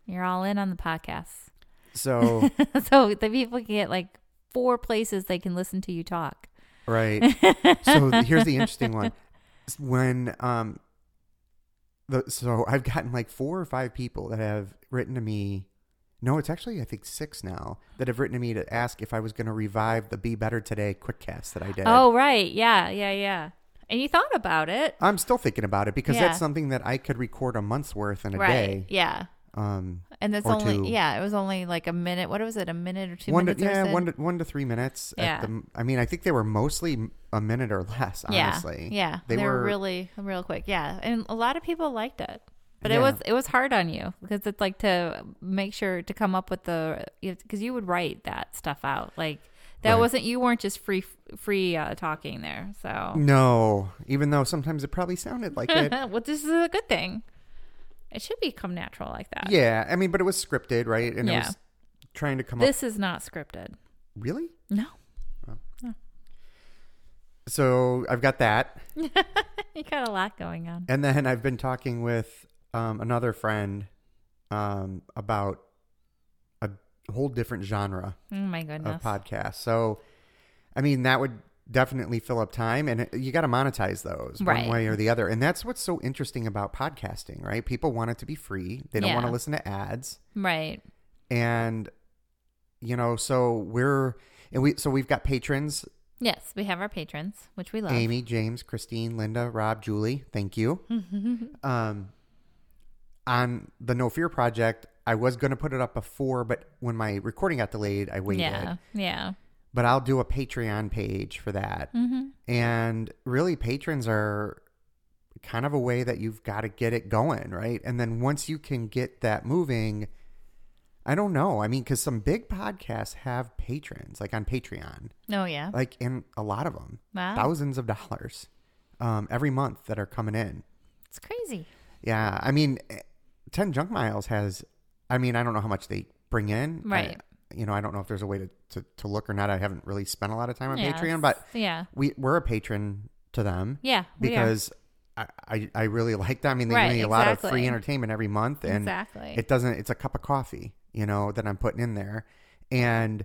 S3: You're all in on the podcast. [laughs]
S1: so
S3: so the people get like four places they can listen to
S1: [laughs]
S3: you talk. [laughs]
S1: right. So here's the interesting one: when um, the, so I've gotten like four or five people that have written to me. No, it's actually I think six now that have written to me to ask if I was going to revive the Be Better Today quick cast that I did.
S3: Oh, right. Yeah, yeah, yeah. And you thought about it.
S1: I'm still thinking about it because
S3: Yeah.
S1: that's something that I could record a month's worth in a
S3: right.
S1: day.
S3: Yeah.
S1: Um,
S3: And that's
S1: Or
S3: only
S1: two.
S3: yeah, it was only like a minute. What was it? A minute or two
S1: one to,
S3: minutes? or
S1: yeah,
S3: so?
S1: one to, one to three minutes.
S3: Yeah.
S1: At the, I mean, I think they were mostly a minute or less. Honestly,
S3: Yeah, yeah.
S1: they, were, really.
S3: really real quick. Yeah, and a lot of people liked it, but
S1: Yeah.
S3: it was it was hard on you because it's like to make sure to come up with the because you would write that stuff out like that
S1: Right.
S3: wasn't you weren't just free free uh, talking there. So
S1: No, even though sometimes it probably sounded like it.
S3: [laughs] well, this is a good thing. It should become natural like that.
S1: yeah, I mean, but it was scripted, right? And it
S3: Yeah.
S1: was trying to come up.
S3: This is not scripted.
S1: Really?
S3: No, [laughs]
S1: So I've got that,
S3: you got a lot going on.
S1: and then I've been talking with um, another friend um, about a whole different genre
S3: Oh my
S1: of
S3: goodness.
S1: podcasts. So, I mean, that would definitely fill up time, and it- you got to monetize those
S3: Right.
S1: one way or the other. And that's what's so interesting about podcasting, right? People want it to be free; they don't want to
S3: Yeah.
S1: listen to ads,
S3: Right.
S1: and you know, so we're and we so we've got patrons
S3: Yes, we have our patrons, which we love.
S1: Amy, James, Christine, Linda, Rob, Julie, thank
S3: [laughs]
S1: you. um, on the No Fear Project, I was going to put it up before, but when my recording got delayed, I waited.
S3: yeah. Yeah.
S1: But I'll do a Patreon page for
S3: [laughs]
S1: that.
S3: Mm-hmm.
S1: And really, patrons are kind of a way that you've got to get it going, right? And then once you can get that moving, I don't know. I mean, because some big podcasts have patrons, like on Patreon,
S3: Oh yeah.
S1: like in a lot of them
S3: Wow.
S1: thousands of dollars um, every month that are coming in.
S3: It's crazy.
S1: Yeah, I mean, eh, ten junk miles has. I mean, I don't know how much they bring in. I-
S3: Right.
S1: you know, I don't know if there's a way to, to, to look or not. I haven't really spent a lot of time on
S3: Yeah,
S1: Patreon, but
S3: it's- yeah,
S1: we we're a patron to them.
S3: yeah, we are.
S1: Because I, I I really like them. I mean, they
S3: Right,
S1: give me a lot of free
S3: exactly.
S1: entertainment every month, and
S3: exactly.
S1: it doesn't it's a cup of coffee you know that i'm putting in there and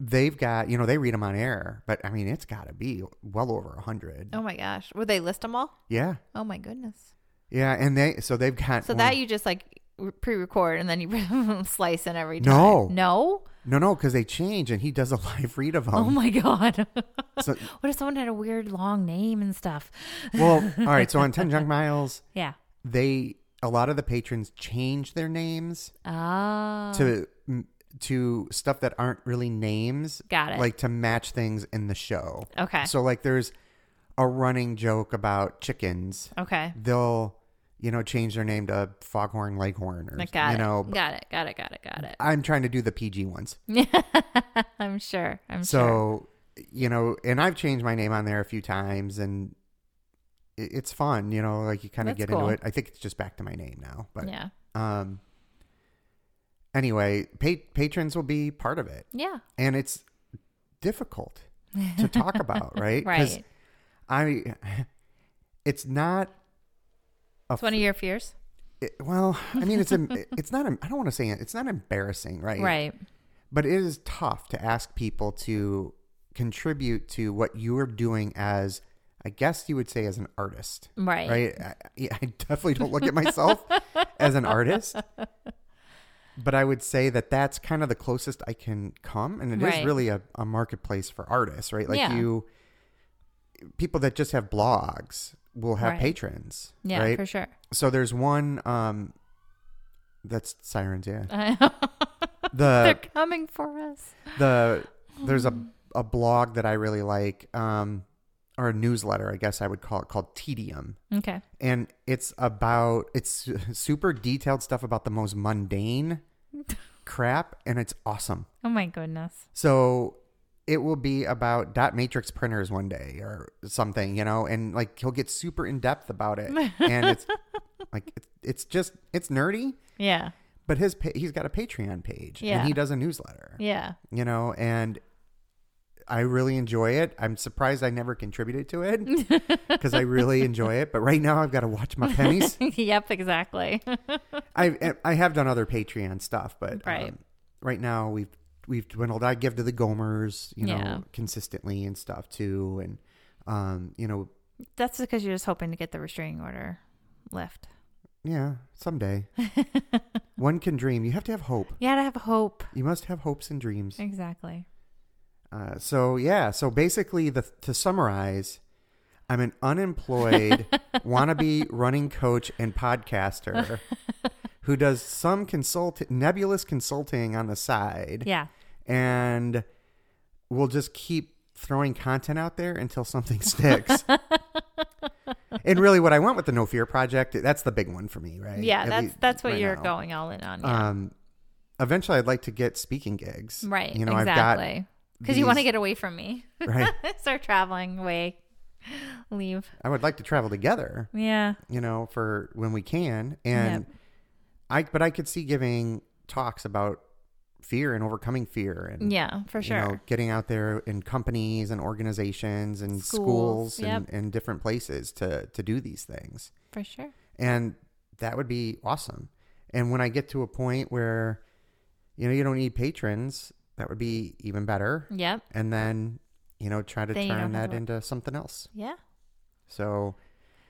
S1: they've got you know they read them on air but i mean it's got to be well over a 100
S4: Oh my gosh. Would they list them all?
S1: yeah
S4: Oh my goodness.
S1: yeah and they so they've got
S4: So
S1: one-
S4: that you just like re- pre-record and then
S3: [laughs]
S4: you slice in every time.
S1: No.
S4: No.
S1: no no because they change and he does a [laughs] live read of them
S3: oh my god!
S1: Um,
S3: [laughs]
S1: so,
S3: what if someone had a weird long name and stuff? [laughs]
S1: well all right so on 10 junk miles
S3: Yeah.
S1: they a lot of the patrons change their names
S3: Oh.
S1: to to stuff that aren't really names
S3: Got it.
S1: like to match things in the show
S3: okay.
S1: So like there's a running joke about chickens.
S3: okay.
S1: They'll, you know, change their name to Foghorn Leghorn or
S3: I got
S1: you
S3: it.
S1: know,
S3: got it. Got it. Got it. Got it.
S1: I'm trying to do the PG ones.
S3: [laughs] I'm sure. I'm Mm, sure.
S1: So, you know, and I've changed my name on there a few times and it- it's fun, you know, like you kind of
S3: That's
S1: get
S3: cool.
S1: into it. I think it's just back to my name now, but
S3: Yeah.
S1: um anyway, pa- patrons will be part of it.
S3: Yeah.
S1: And it's difficult to talk
S3: [laughs]
S1: about, right? 'Cause
S3: Right.
S1: I it's not
S3: It's one of your fears.
S1: it, well, I mean, it's em- [laughs] it's not. em- I don't want to say it, it's not embarrassing, right?
S3: Right.
S1: But it is tough to ask people to contribute to what you are doing as, I guess you would say, as an artist,
S3: Right.
S1: right? I, I definitely don't look at myself as an artist, but I would say that that's kind of the closest I can come, and it is
S3: Right.
S1: really a, a marketplace for artists, right? Like
S3: Yeah.
S1: you, people that just have blogs will have
S3: Right.
S1: patrons,
S3: Yeah.
S1: right?
S3: For sure. [laughs]
S1: [laughs] so there's one um that's sirens yeah the
S3: They're coming for us.
S1: the there's a a blog that i really like um or a newsletter i guess i would call it called tedium
S3: Okay.
S1: and it's about it's [laughs] super detailed stuff about the most mundane crap and it's awesome
S3: Oh my goodness.
S1: so it will be about dot matrix printers one day or something, you know, and like he'll get super in depth about it. And it's like, it's, it's just, it's nerdy,
S3: Yeah.
S1: but his, pa- he's got a Patreon page
S3: Yeah.
S1: and he does a newsletter,
S3: Yeah. [laughs]
S1: you know, and I really enjoy it. I'm surprised I never contributed to it
S3: [laughs]
S1: because I really enjoy it. But right now I've got to watch my pennies.
S3: yep. Exactly. [laughs]
S1: I eh, I have done other Patreon stuff, but right,
S3: Right.
S1: right now we've we've dwindled. I give to the Gomers, you know,
S3: Yeah.
S1: consistently and stuff too, and um, you know,
S3: That's because you're just hoping to get the restraining order left.
S1: Yeah, someday.
S3: [laughs]
S1: One can dream. You have to have hope.
S3: You gotta have hope.
S1: You must have hopes and dreams.
S3: Exactly.
S1: Uh, so yeah, so basically, the to summarize, I'm an
S3: [laughs]
S1: unemployed wannabe running coach and
S3: [laughs]
S1: podcaster who does some consult nebulous consulting on the side,
S3: Yeah.
S1: and will just keep throwing content out there until something
S3: [laughs]
S1: sticks. and really, what I want with the No Fear Project—that's the big one for me, right?
S3: Yeah,
S1: At
S3: that's
S1: least
S3: that's what
S1: right
S3: you're
S1: now.
S3: going all in on. Yeah.
S1: Um, eventually, I'd like to get speaking gigs.
S3: right.
S1: You know, I've
S3: exactly. Because you want to
S1: these-
S3: get away from me. [laughs]
S1: got [laughs] right.
S3: Start traveling away. Leave.
S1: I would like to travel together,
S3: Yeah.
S1: you know, for when we can. And I, but I could see giving talks about fear and overcoming fear and,
S3: Yeah, for
S1: you know,
S3: sure.
S1: getting out there in companies and organizations and schools,
S3: Schools,
S1: and, and different places to, to do these things.
S3: For sure.
S1: And that would be awesome. And when I get to a point where, you know, you don't need patrons, that would be even better.
S3: Yep.
S1: And then, you know, try to
S3: Then you
S1: turn
S3: don't have
S1: that
S3: to-
S1: into something else.
S3: Yeah.
S1: So,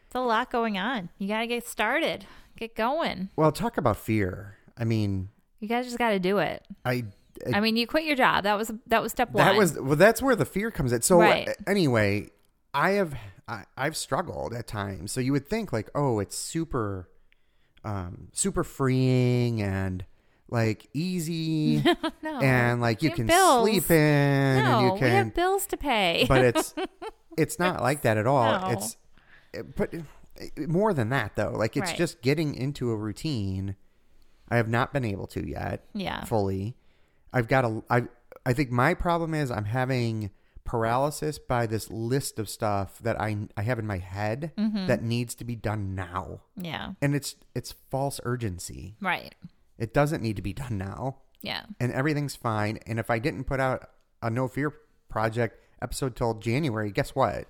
S3: It's a lot going on. You gotta get started. Get going.
S1: Well, talk about fear. I mean,
S3: You guys just gotta do it.
S1: I. I-
S3: I mean, you quit your job. That was that was step one.
S1: that was well. That's where the fear comes in. So
S3: Right.
S1: uh, anyway, I have I, I've struggled at times. So you would think like, oh, it's super, um, super freeing and like easy,
S3: [laughs] [laughs] no.
S1: and like you
S3: We have
S1: can
S3: bills.
S1: sleep in
S3: no,
S1: and you
S3: we have
S1: can.
S3: bills to pay.
S1: But it's it's not like that at all.
S3: [laughs] No.
S1: It's it- but it- more than that though. Like it's
S3: Right.
S1: just getting into a routine. I have not been able to yet.
S3: yeah.
S1: fully. I've got a. I I think my problem is I'm having paralysis by this list of stuff that I I have in my head
S3: Mm-hmm.
S1: that needs to be done now,
S3: [laughs] Yeah.
S1: and it's it's false urgency.
S3: Right.
S1: It doesn't need to be done now,
S3: Yeah.
S1: and everything's fine. And if I didn't put out a No Fear Project episode till January, guess what?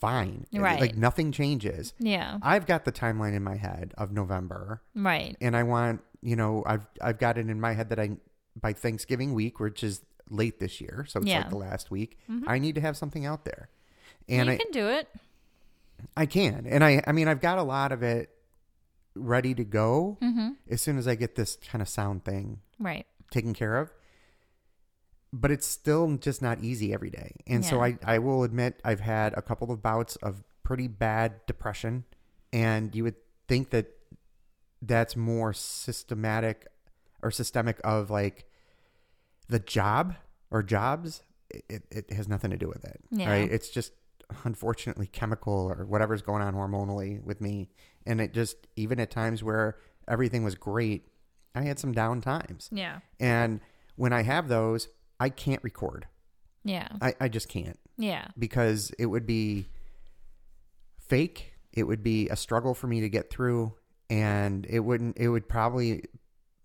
S1: Fine,
S3: Right.
S1: Like nothing changes.
S3: Yeah.
S1: I've got the timeline in my head of November
S3: Right.
S1: and I want you know I've I've got it in my head that I by Thanksgiving week, which is late this year, so it's
S3: Yeah. Mm-hmm.
S1: like the last week, I need to have something out there, and
S3: you
S1: I
S3: can do it.
S1: I can, and I I mean I've got a lot of it ready to go as soon as I get this kind of sound thing
S3: Mm-hmm. Right.
S1: taken care of. But it's still just not easy every day. And so
S3: Yeah.
S1: I, I will admit I've had a couple of bouts of pretty bad depression. And you would think that that's more systematic or systemic of like the job or jobs. It, it, it has nothing to do with it.
S3: Yeah.
S1: Right. It's just unfortunately chemical or whatever's going on hormonally with me. And it just, even at times where everything was great, I had some down times.
S3: Yeah.
S1: And when I have those, I can't record.
S3: Yeah.
S1: I, I just can't
S3: Yeah.
S1: because it would be fake. It would be a struggle for me to get through and it wouldn't it would probably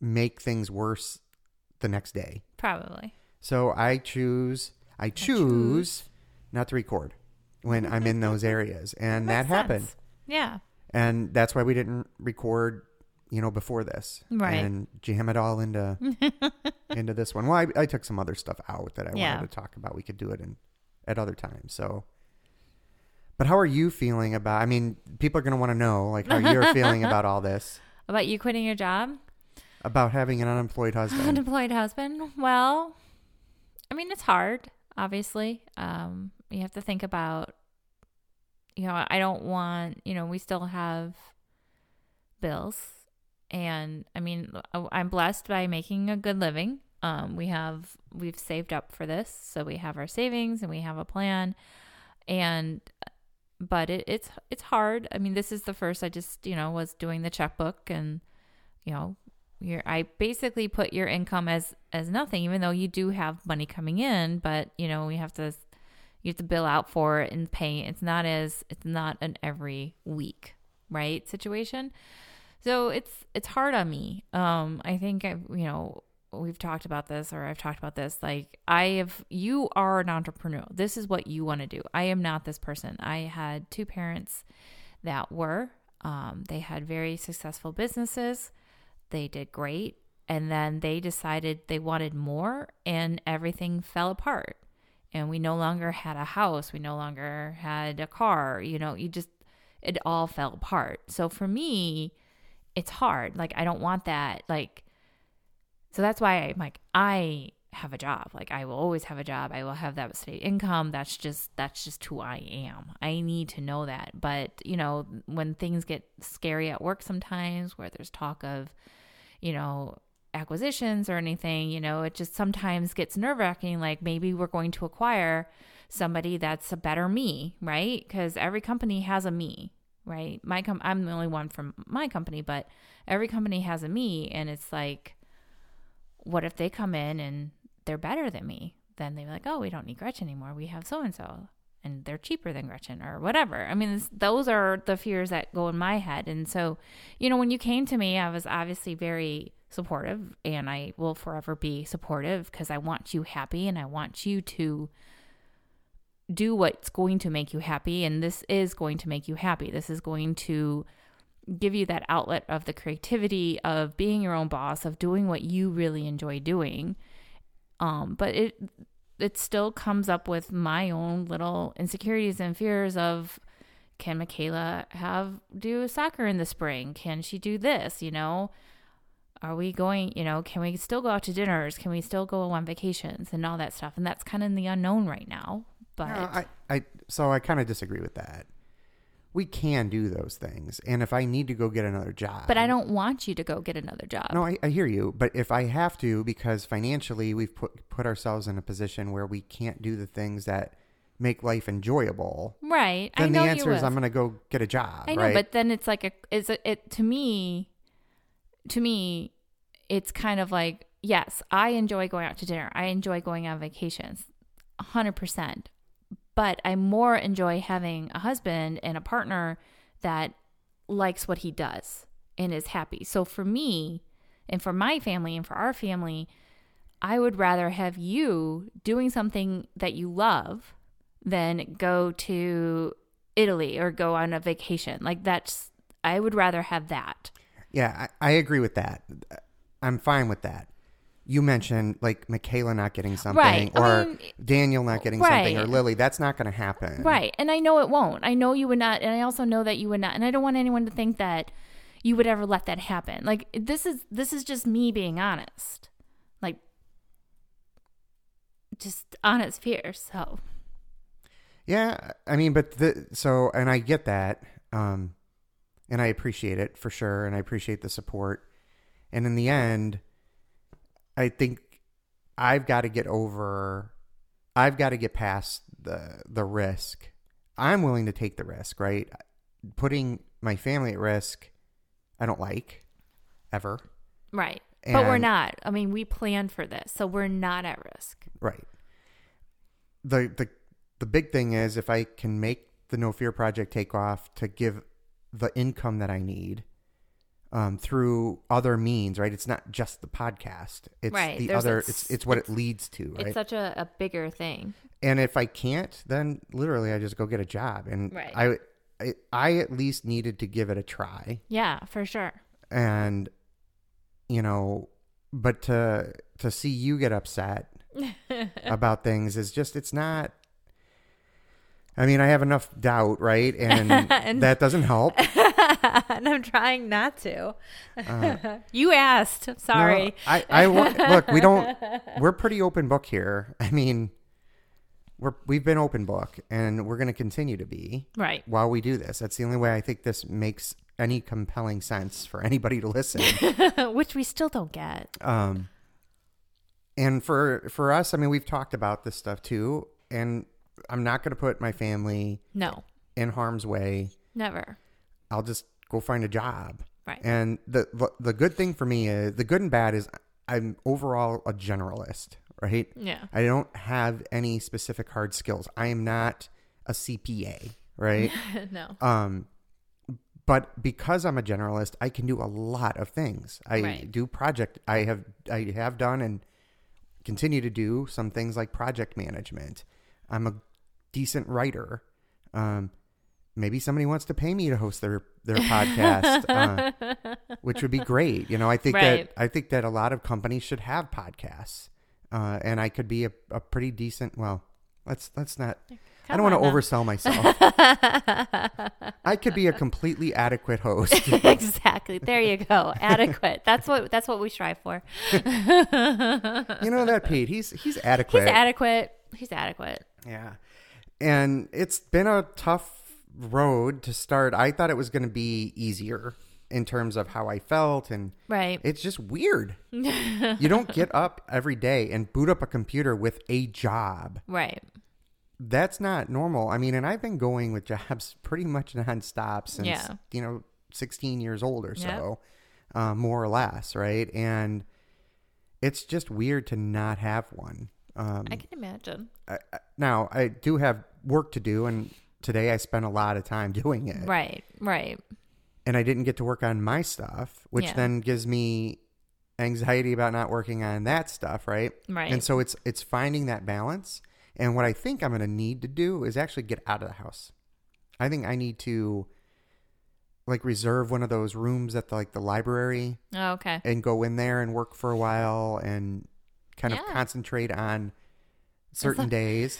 S1: make things worse the next day.
S3: Probably.
S1: So I choose I choose, not to record when I'm in those
S3: [laughs]
S1: areas. And that
S3: Makes
S1: happened.
S3: sense. Yeah. [laughs]
S1: And that's why we didn't record, you know, before this.
S3: Right.
S1: And jam it all into into this one. Well, I, I took some other stuff out that I
S3: Yeah.
S1: wanted to talk about. We could do it in at other times. So But how are you feeling about I mean, people are gonna want to know like how
S3: [laughs]
S1: you're feeling about all this.
S3: About you quitting your job,
S1: About having an unemployed husband.
S3: unemployed husband. Well, I mean, it's hard. Obviously, um, you have to think about. You know, I don't want. You know, we still have bills, and I mean, I- I'm blessed by making a good living. Um, we have we've saved up for this, so we have our savings and we have a plan, and but it, it's it's hard. I mean, this is the first. I just you know was doing the checkbook and you know your I basically put your income as as nothing, even though you do have money coming in, but you know you have to you have to bill out for it and pay. It's not as it's not an every week right situation. So it's it's hard on me. Um, I think I you know we've talked about this or I've talked about this. Like I have you are an entrepreneur. This is what you want to do. I am not this person. I had two parents that were. Um, they had very successful businesses they did great and then they decided they wanted more and everything fell apart and we no longer had a house we no longer had a car you know you just it all fell apart. So for me, it's hard. Like I don't want that. Like so that's why I'm like I have a job. Like I will always have a job. I will have that steady income. That's just that's just who I am. I need to know that. But, you know, when things get scary at work sometimes where there's talk of, you know, acquisitions or anything, you know, it just sometimes gets nerve-wracking like maybe we're going to acquire somebody that's a better me, right? Cuz every company has a me, right? My com- I'm the only one from my company, but every company has a me and it's like what if they come in and they're better than me? Then they're like, oh, we don't need Gretchen anymore. We have so and so, and they're cheaper than Gretchen or whatever. I mean, this, those are the fears that go in my head. And so, you know, when you came to me, I was obviously very supportive, and I will forever be supportive because I want you happy and I want you to do what's going to make you happy. And this is going to make you happy. This is going to give you that outlet of the creativity of being your own boss of doing what you really enjoy doing um but it it still comes up with my own little insecurities and fears of can Michaela have do soccer in the spring can she do this you know are we going you know can we still go out to dinners can we still go on vacations and all that stuff and that's kind of in the unknown right now but
S1: No, I, I, so I kind of disagree with that. We can do those things, and if I need to go get another job,
S3: but I don't want you to go get another job
S1: No, I, I hear you, but if I have to, because financially we've put put ourselves in a position where we can't do the things that make life enjoyable,
S3: right I
S1: then the
S3: know
S1: answer
S3: you
S1: is
S3: will.
S1: I'm going to go get a job.
S3: I know,
S1: right?
S3: but then it's like a is it, it to me to me it's kind of like yes, I enjoy going out to dinner. I enjoy going on vacations. 100%. But I more enjoy having a husband and a partner that likes what he does and is happy. So for me and for my family and for our family, I would rather have you doing something that you love than go to Italy or go on a vacation. Like that's I would rather have that.
S1: yeah, I, I agree with that. I'm fine with that. You mentioned like Michaela not getting something,
S3: Right, I
S1: or
S3: mean,
S1: Daniel not getting something, or
S3: right.
S1: Lily. That's not going to happen.
S3: Right. And I know it won't. I know you would not and I also know that you would not and I don't want anyone to think that you would ever let that happen. Like this is this is just me being honest. Like just honest fear. So
S1: Yeah, I mean, but the so and I get that, um, and I appreciate it for sure, and I appreciate the support. And in the end, I think I've got to get over, I've got to get past the the risk. I'm willing to take the risk, right? Putting my family at risk, I don't like ever,
S3: right. but we're
S1: And-
S3: not. I mean, we planned for this, so we're not at risk.
S1: right? The the the big thing is if I can make the No Fear Project take off to give the income that I need um, through other means, right? It's not just the podcast. It's
S3: Right,
S1: the
S3: there's-
S1: other.
S3: it's-
S1: It's it's what it leads to,
S3: It's
S1: right?
S3: such a, a bigger thing.
S1: and if I can't, then literally I just go get a job. And
S3: Right.
S1: I, I I at least needed to give it a try,
S3: Yeah, for sure.
S1: and you know, but to to see you get
S3: [laughs]
S1: upset about things is just it's not. I mean, I have enough doubt, right? And,
S3: [laughs] And-
S1: that doesn't help.
S3: and I'm trying not to.
S1: Uh-huh.
S3: [laughs] you asked. [laughs] Sorry.
S1: No, I, I wa- look. We don't. We're pretty open book here. I mean, we're we've been open book, and we're going to continue to be
S3: Right.
S1: while we do this. That's the only way I think this makes any compelling sense for anybody to listen.
S3: [laughs] Which we still don't get.
S1: um, and for for us, I mean, we've talked about this stuff too, and I'm not going to put my family
S3: No,
S1: in harm's way.
S3: never.
S1: I'll just go find a job.
S3: Right.
S1: And the the- the good thing for me is the good and bad is I'm overall a generalist, right?
S3: Yeah. [laughs]
S1: I don't have any specific hard skills. I am not a CPA, right?
S3: no.
S1: um but because I'm a generalist, I can do a lot of things. I
S3: Right.
S1: do project I have I have done and continue to do some things like project management. I'm a decent writer. Um maybe somebody wants to pay me to host their their podcast. uh,
S3: [laughs]
S1: which would be great. You know, I think
S3: Right.
S1: that I think that a lot of companies should have podcasts, uh, and I could be a, a pretty decent. Well, let's let's not. I don't want to oversell
S3: [laughs]
S1: myself. I could be a completely adequate host.
S3: [laughs] exactly. There you go. Adequate. That's what that's what we strive for.
S1: You know that Pete? He's he's adequate.
S3: He's adequate. He's adequate.
S1: Yeah. And it's been a tough road to start. I thought it was going to be easier in terms of how I felt and
S3: Right.
S1: it's just weird. you don't get up every day and boot up a computer with a job.
S3: right.
S1: That's not normal. I mean, and I've been going with jobs [laughs] pretty much nonstop since,
S3: Yeah.
S1: you know, 16 years old or
S3: Yep.
S1: so, uh, more or less, right? And it's just weird to not have one. Um,
S3: I can imagine.
S1: I- I- now I do have work to do, and today I spent a lot of time [laughs] doing it.
S3: Right. Right.
S1: And I didn't get to work on my stuff, which
S3: Yeah.
S1: then gives me anxiety about not working on that stuff, right?
S3: Right.
S1: And so it's it's finding that balance. And what I think I'm going to need to do is actually get out of the house. I think I need to like reserve one of those rooms at the, like the library
S3: Oh, okay. [laughs]
S1: and go in there and work for a while and kind of
S3: Yeah.
S1: concentrate on certain days.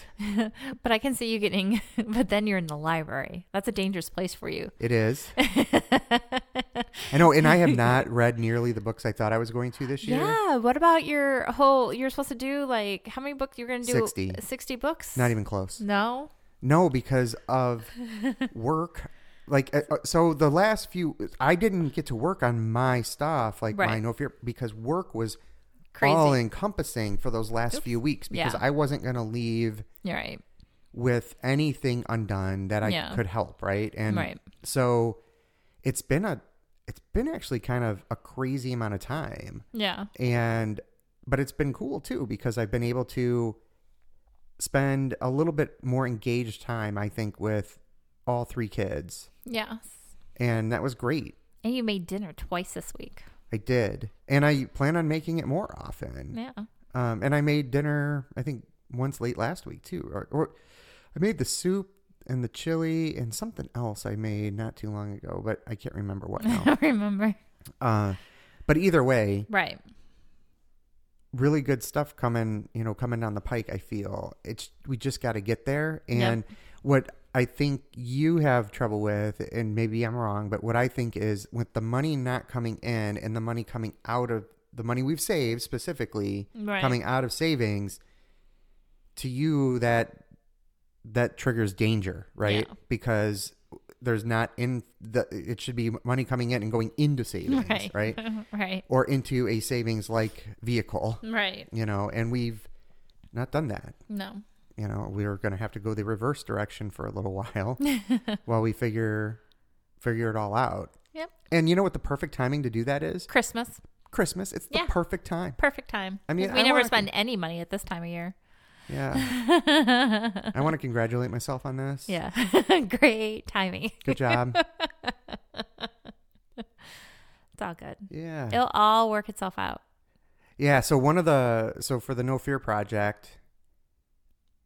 S3: but I can see you getting [laughs] but then you're in the library. That's a dangerous place for you. [laughs]
S1: It is. I know, and I have not read nearly the books I thought I was going to this year.
S3: Yeah. What about your whole you're supposed to do like how many books you're gonna do
S1: 60.
S3: 60 books?
S1: Not even close.
S3: No?
S1: No, because of
S3: [laughs]
S1: work. Like, uh, uh, so the last few, I didn't get to work on my stuff, like my
S3: Right.
S1: no fear, because work was
S3: Crazy.
S1: all encompassing for those last few weeks because
S3: Yeah.
S1: I wasn't going to leave
S3: You're right.
S1: with anything undone that I
S3: Yeah.
S1: could help, right? And
S3: Right.
S1: so it's been a, it's been actually kind of a crazy amount of time.
S3: Yeah.
S1: and but it's been cool too because I've been able to spend a little bit more engaged time I think with all three kids
S3: Yes.
S1: and that was great.
S3: And you made dinner twice this week.
S1: I did. And I plan on making it more often.
S3: Yeah.
S1: Um and I made dinner I think once late last week too or, or I made the soup and the chili and something else I made not too long ago, but I can't remember what
S3: [laughs] [laughs] I
S1: now.
S3: don't remember.
S1: uh but either way,
S3: Right.
S1: really good stuff coming, you know, coming down the pike, I feel. It's we just got to get there and what I think you have trouble with and maybe I'm wrong, but what I think is with the money not coming in and the money coming out of the money we've saved specifically
S3: Right.
S1: coming out of savings to you that that triggers danger, right?
S3: Yeah.
S1: Because there's not in the it should be money coming in and going into savings,
S3: [laughs] Right.
S1: right?
S3: right.
S1: Or into a savings like vehicle
S3: Right.
S1: you know, and we've not done that.
S3: No.
S1: You know, we were going to have to go the reverse direction for a little [laughs]
S3: [laughs]
S1: while while we figure figure it all out.
S3: Yep.
S1: And you know what the perfect timing to do that is?
S3: Christmas.
S1: Christmas. It's the
S3: Yeah.
S1: perfect time.
S3: Perfect time.
S1: I mean,
S3: 'Cause we
S1: I
S3: never
S1: wanna-
S3: spend any money at this time of [laughs] year.
S1: Yeah. I want to congratulate myself on this.
S3: Yeah. [laughs] Great timing.
S1: Good
S3: [laughs]
S1: job.
S3: It's all good.
S1: Yeah.
S3: It'll all work itself out.
S1: Yeah, so one of the so for the No Fear project,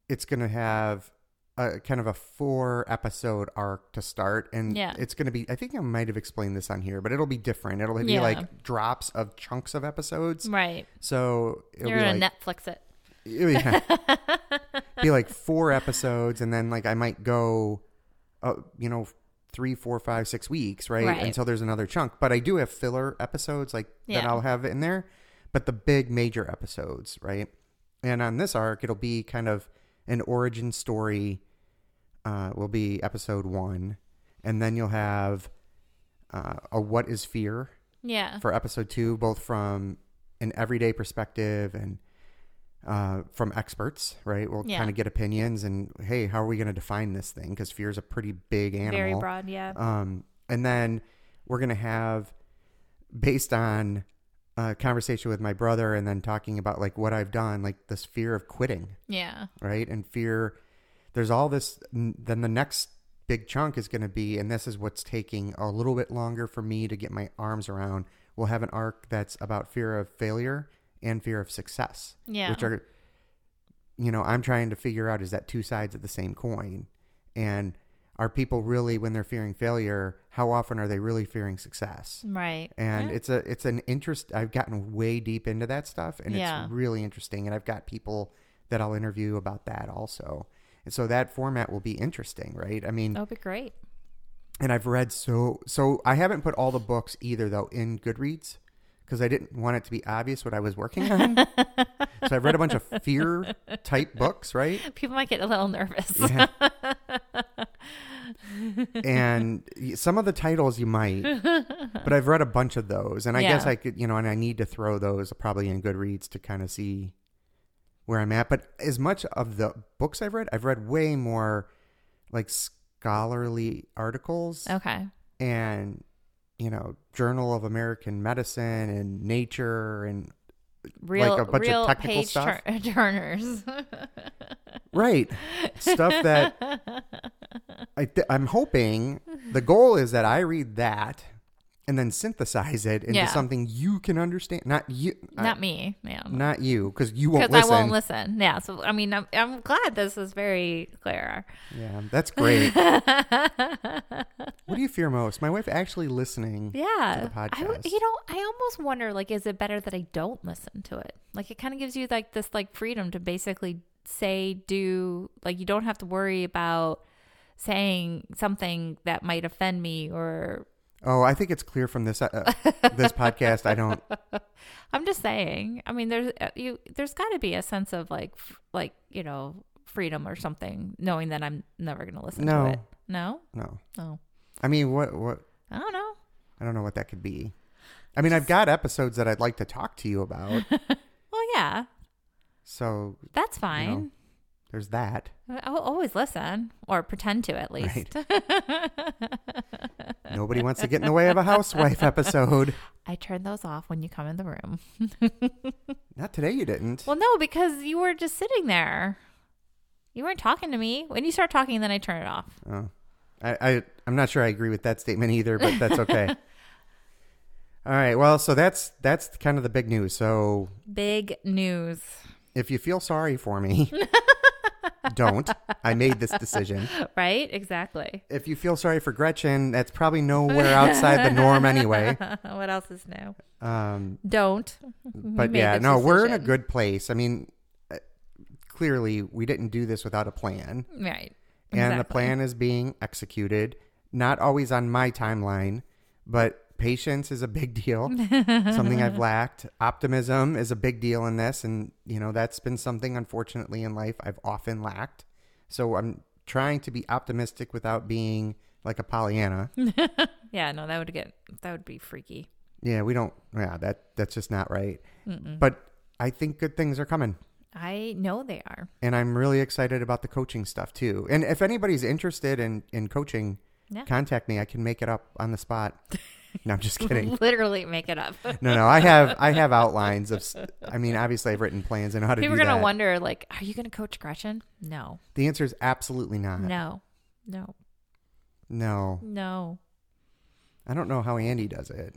S1: it's going to have a kind of a four episode arc to start and
S3: Yeah.
S1: it's going to be I think I might have explained this on here, but it'll be different. It'll be
S3: Yeah.
S1: like drops of chunks of episodes.
S3: Right.
S1: So it'll
S3: You're
S1: be
S3: gonna
S1: like
S3: Netflix it.
S1: yeah. Oh, be like four episodes and then like I might go uh, you know three, four, five, six weeks, right?
S3: Right.
S1: Until there's another chunk. But I do have filler episodes like that
S3: Yeah.
S1: I'll have in there. But the big major episodes, right? And on this arc, it'll be kind of an origin story. Uh, will be episode one, and then you'll have uh, a what is fear
S3: Yeah.
S1: for episode two, both from an everyday perspective and uh, from experts, right? We'll
S3: Yeah.
S1: kind of get opinions and hey, how are we going to define this thing? Because fear is a pretty big animal.
S3: Very broad. Yeah.
S1: Um, and then we're going to have, based on a conversation with my brother and then talking about like what I've done, like this fear of quitting,
S3: yeah.
S1: right? And fear, there's all this. n- Then the next big chunk is going to be, and this is what's taking a little bit longer for me to get my arms around. We'll have an arc that's about fear of failure and fear of success.
S3: Yeah.
S1: Which are, you know, I'm trying to figure out is that two sides of the same coin? And are people really, when they're fearing failure, how often are they really fearing success?
S3: Right.
S1: and
S3: Yeah.
S1: it's a it's an interest i've gotten way deep into that stuff and
S3: Yeah.
S1: it's really interesting and i've got people that i'll interview about that also And so that format will be interesting, right? I mean,
S3: That'll be great.
S1: and I've read so so I haven't put all the books either though in Goodreads because I didn't want it to be obvious what I was working
S3: [laughs]
S1: on. so I've read a bunch of fear type books, right?
S3: People might get a little nervous. [laughs]
S1: Yeah. and y- some of the titles you might, but I've read a bunch of those, and I guess
S3: Yeah.
S1: I could, you know, and I need to throw those probably in Goodreads to kind of see where I'm at. But as much of the books I've read, I've read way more like scholarly articles
S3: Okay.
S1: and you know Journal of American Medicine and Nature and
S3: Real,
S1: a bunch of
S3: real
S1: technical
S3: page
S1: stuff?
S3: tur- [laughs] turners.
S1: right stuff
S3: [laughs]
S1: that I th- I'm hoping the goal is that I read that and then synthesize it into
S3: Yeah.
S1: something you can understand. Not you,
S3: Not me, man.
S1: not you, because you won't
S3: Because
S1: listen.
S3: I won't listen. Yeah. So, I mean, I'm, I'm glad this is very clear. [laughs]
S1: Yeah, that's great.
S3: yeah.
S1: what do you fear most? My wife actually listening. the
S3: I w-
S1: podcast.
S3: you know, I almost wonder like, is it better that I don't listen to it? Like, it kind of gives you like this like freedom to basically say, do, like, you don't have to worry about saying something that might offend me or
S1: Oh, I think it's clear from this uh,
S3: [laughs]
S1: this podcast. I don't.
S3: I'm just saying. I mean, there's uh, you. There's got to be a sense of like, f- like you know, freedom or something, knowing that I'm never going to listen
S1: No.
S3: to it. No,
S1: No,
S3: no,
S1: I mean, what what
S3: I don't know.
S1: I don't know what that could be. I mean, I've got episodes that I'd like to talk to you about.
S3: Well, yeah,
S1: So
S3: that's fine.
S1: there's that.
S3: I'll always listen or pretend to at least.
S1: Nobody wants to get in the way of a housewife episode.
S3: [laughs] I turn those off when you come in the room.
S1: Not today, you didn't.
S3: Well, no, because you were just sitting there. You weren't talking to me. When you start talking, then I turn it off.
S1: Oh, I, I, I'm not sure I agree with that statement either, but that's
S3: [laughs]
S1: okay. All right. Well, so that's that's kind of the big news. So
S3: Big news.
S1: if you feel sorry for
S3: [laughs]
S1: me, don't. I made this decision.
S3: Right? Exactly.
S1: If you feel sorry for Gretchen, that's probably nowhere outside the norm anyway.
S3: [laughs] what else is new?
S1: Um,
S3: Don't.
S1: but
S3: made
S1: yeah,
S3: this
S1: no, we're in a
S3: decision.
S1: good place. I mean, uh, clearly we didn't do this without a plan.
S3: Right.
S1: and the plan is being executed. Not always on my timeline, but patience is a big deal. something I've lacked. Optimism is a big deal in this, and you know that's been something unfortunately in life I've often lacked. So I'm trying to be optimistic without being like a Pollyanna.
S3: Yeah, no, that would get that would be freaky.
S1: yeah, we don't. Yeah, that that's just not right. But I think good things are coming.
S3: I know they are.
S1: and I'm really excited about the coaching stuff too. And if anybody's interested in in coaching,
S3: Yeah.
S1: contact me. I can make it up on the
S3: [laughs]
S1: spot. No, I'm just kidding.
S3: Literally make it up.
S1: No, no, I have I have outlines of. s- I mean, obviously, I've written plans and how to
S3: People are
S1: do
S3: gonna
S1: that.
S3: wonder, like, are you gonna coach Gretchen? No.
S1: the answer is absolutely not.
S3: No. No.
S1: No.
S3: No.
S1: I don't know how Andy does it.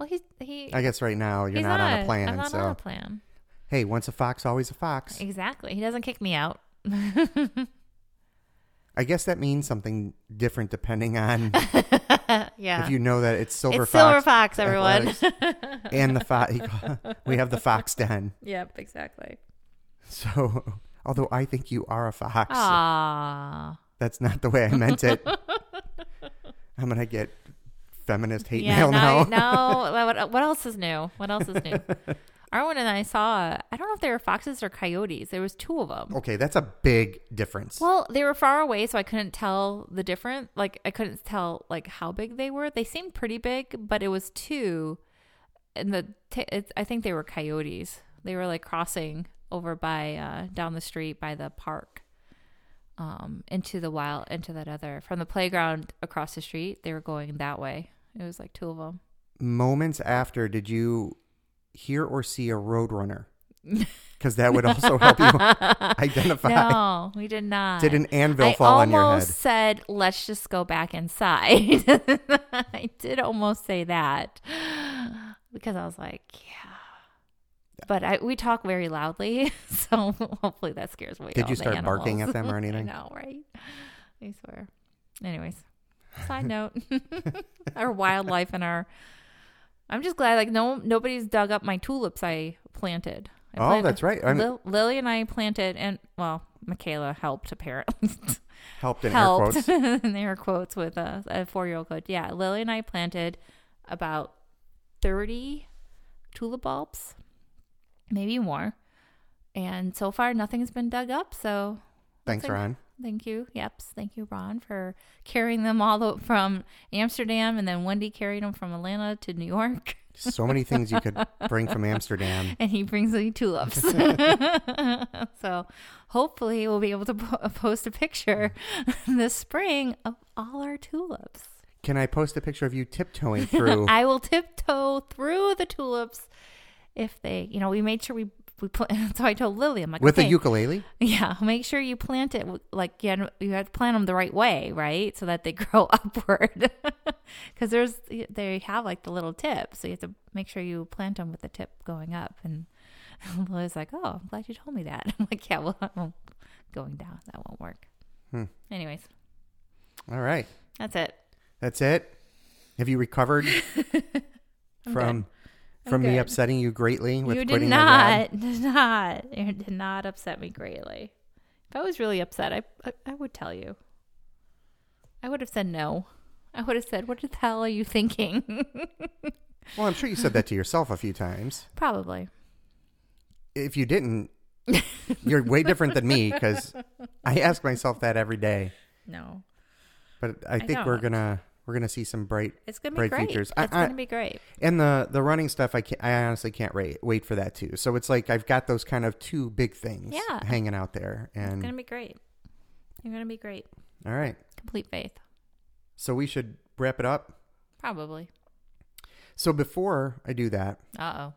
S3: Well he's he
S1: I guess right now you're
S3: he's
S1: not, on a
S3: I'm
S1: plan.
S3: not
S1: so
S3: on a plan.
S1: hey, once a fox, always a fox.
S3: Exactly. He doesn't kick me out.
S1: I guess that means something different depending on
S3: [laughs] [laughs] yeah.
S1: if you know that it's silver
S3: it's
S1: fox.
S3: Silver Fox, everyone.
S1: Athletics.
S3: [laughs]
S1: and the fox. [laughs] we have the fox den.
S3: yep, exactly.
S1: [laughs] So, although I think you are a fox,
S3: Ah.
S1: that's not the way I meant it.
S3: [laughs]
S1: I'm gonna get feminist hate
S3: Yeah,
S1: mail now.
S3: no, [laughs] no. What, what else is new? What else is new? Arwen and I saw. I don't know if they were foxes or coyotes. There was two of them.
S1: [laughs] Okay, that's a big difference.
S3: Well, they were far away, so I couldn't tell the difference. Like I couldn't tell like how big they were. They seemed pretty big, but it was two, and the t- it's I think they were coyotes. They were like crossing over by uh, down the street by the park, um, into the wild, into that other from the playground across the street. They were going that way. It was like two
S1: [laughs]
S3: of them.
S1: Moments after, did you hear or see a
S3: [laughs]
S1: roadrunner? Because that would also help you identify.
S3: No, we did not.
S1: Did an anvil
S3: I
S1: fall on your head?
S3: almost said, "Let's just go back inside." [laughs] I did almost say that because I was like, "Yeah," but I, we talk very loudly, [laughs] so hopefully that scares away.
S1: Did
S3: all
S1: you
S3: the
S1: start barking
S3: animals.
S1: at them or anything?
S3: [laughs] I know, right? I swear. Anyways,
S1: [laughs]
S3: side note: [laughs] our wildlife and our. I'm just glad, like no, nobody's dug up my tulips I planted.
S1: Oh,
S3: I planted-
S1: that's right. I'm-
S3: Lil- Lily and I planted, and well, Michaela helped apparently.
S1: Helped [laughs] in air
S3: helped [laughs]
S1: quotes.
S3: in air quotes with a, a four year old coach. Yeah, Lily and I planted about 30 tulip bulbs, maybe more. And so far, nothing's been dug up. So
S1: Thanks,
S3: Thank-
S1: Ron.
S3: Thank you. Yeps. Thank you, Ron, for carrying them all the, from Amsterdam. And then Wendy carried them from Atlanta to New York. [laughs]
S1: So many things you could bring from Amsterdam.
S3: And he brings me tulips. [laughs] so hopefully, we'll be able to po- post a picture [laughs] this spring of all our tulips.
S1: Can I post a picture of you tiptoeing through?
S3: [laughs] I will tiptoe through the tulips if they, you know, we made sure we. We pl- [laughs] so I told Lily, I'm like,
S1: With a
S3: okay,
S1: ukulele?
S3: Yeah, [laughs] make sure you plant it w- like yeah, you have to plant them the right way, right? So that they [laughs] grow upward. [laughs] Because there's they have like the little tip, so you have to make sure you plant them with the tip going up. And [laughs] Lily's like, "Oh, I'm glad you told me that." [laughs] I'm like, "Yeah, well, I'm going down. That won't work."
S1: Hmm.
S3: Anyways,
S1: All right.
S3: that's it.
S1: That's it. Have you
S3: [laughs]
S1: recovered from from me
S3: good.
S1: upsetting you greatly with
S3: you did
S1: quitting my job?
S3: not, [laughs] did not, you did not upset me greatly. If I was really upset, I, I I would tell you. I would have said no. I would have said, "What the hell are you thinking?" [laughs]
S1: Well, I'm sure you said that to yourself a few times.
S3: Probably.
S1: If you
S3: [laughs]
S1: didn't, you're way different than me because I ask myself that every day.
S3: No.
S1: But I think we're
S3: don't.
S1: gonna we're gonna see some bright
S3: It's gonna be
S1: Bright
S3: great.
S1: futures. I-
S3: It's
S1: I-
S3: gonna be great.
S1: and the the running stuff. I can't, I honestly can't wait wait for that too. So it's like I've got those kind of two big things
S3: Yeah.
S1: hanging out there.
S3: It's
S1: And
S3: gonna be great. You're gonna be great.
S1: all right,
S3: Complete faith.
S1: so we should wrap it up.
S3: Probably.
S1: So before I do that,
S3: Uh oh.
S1: I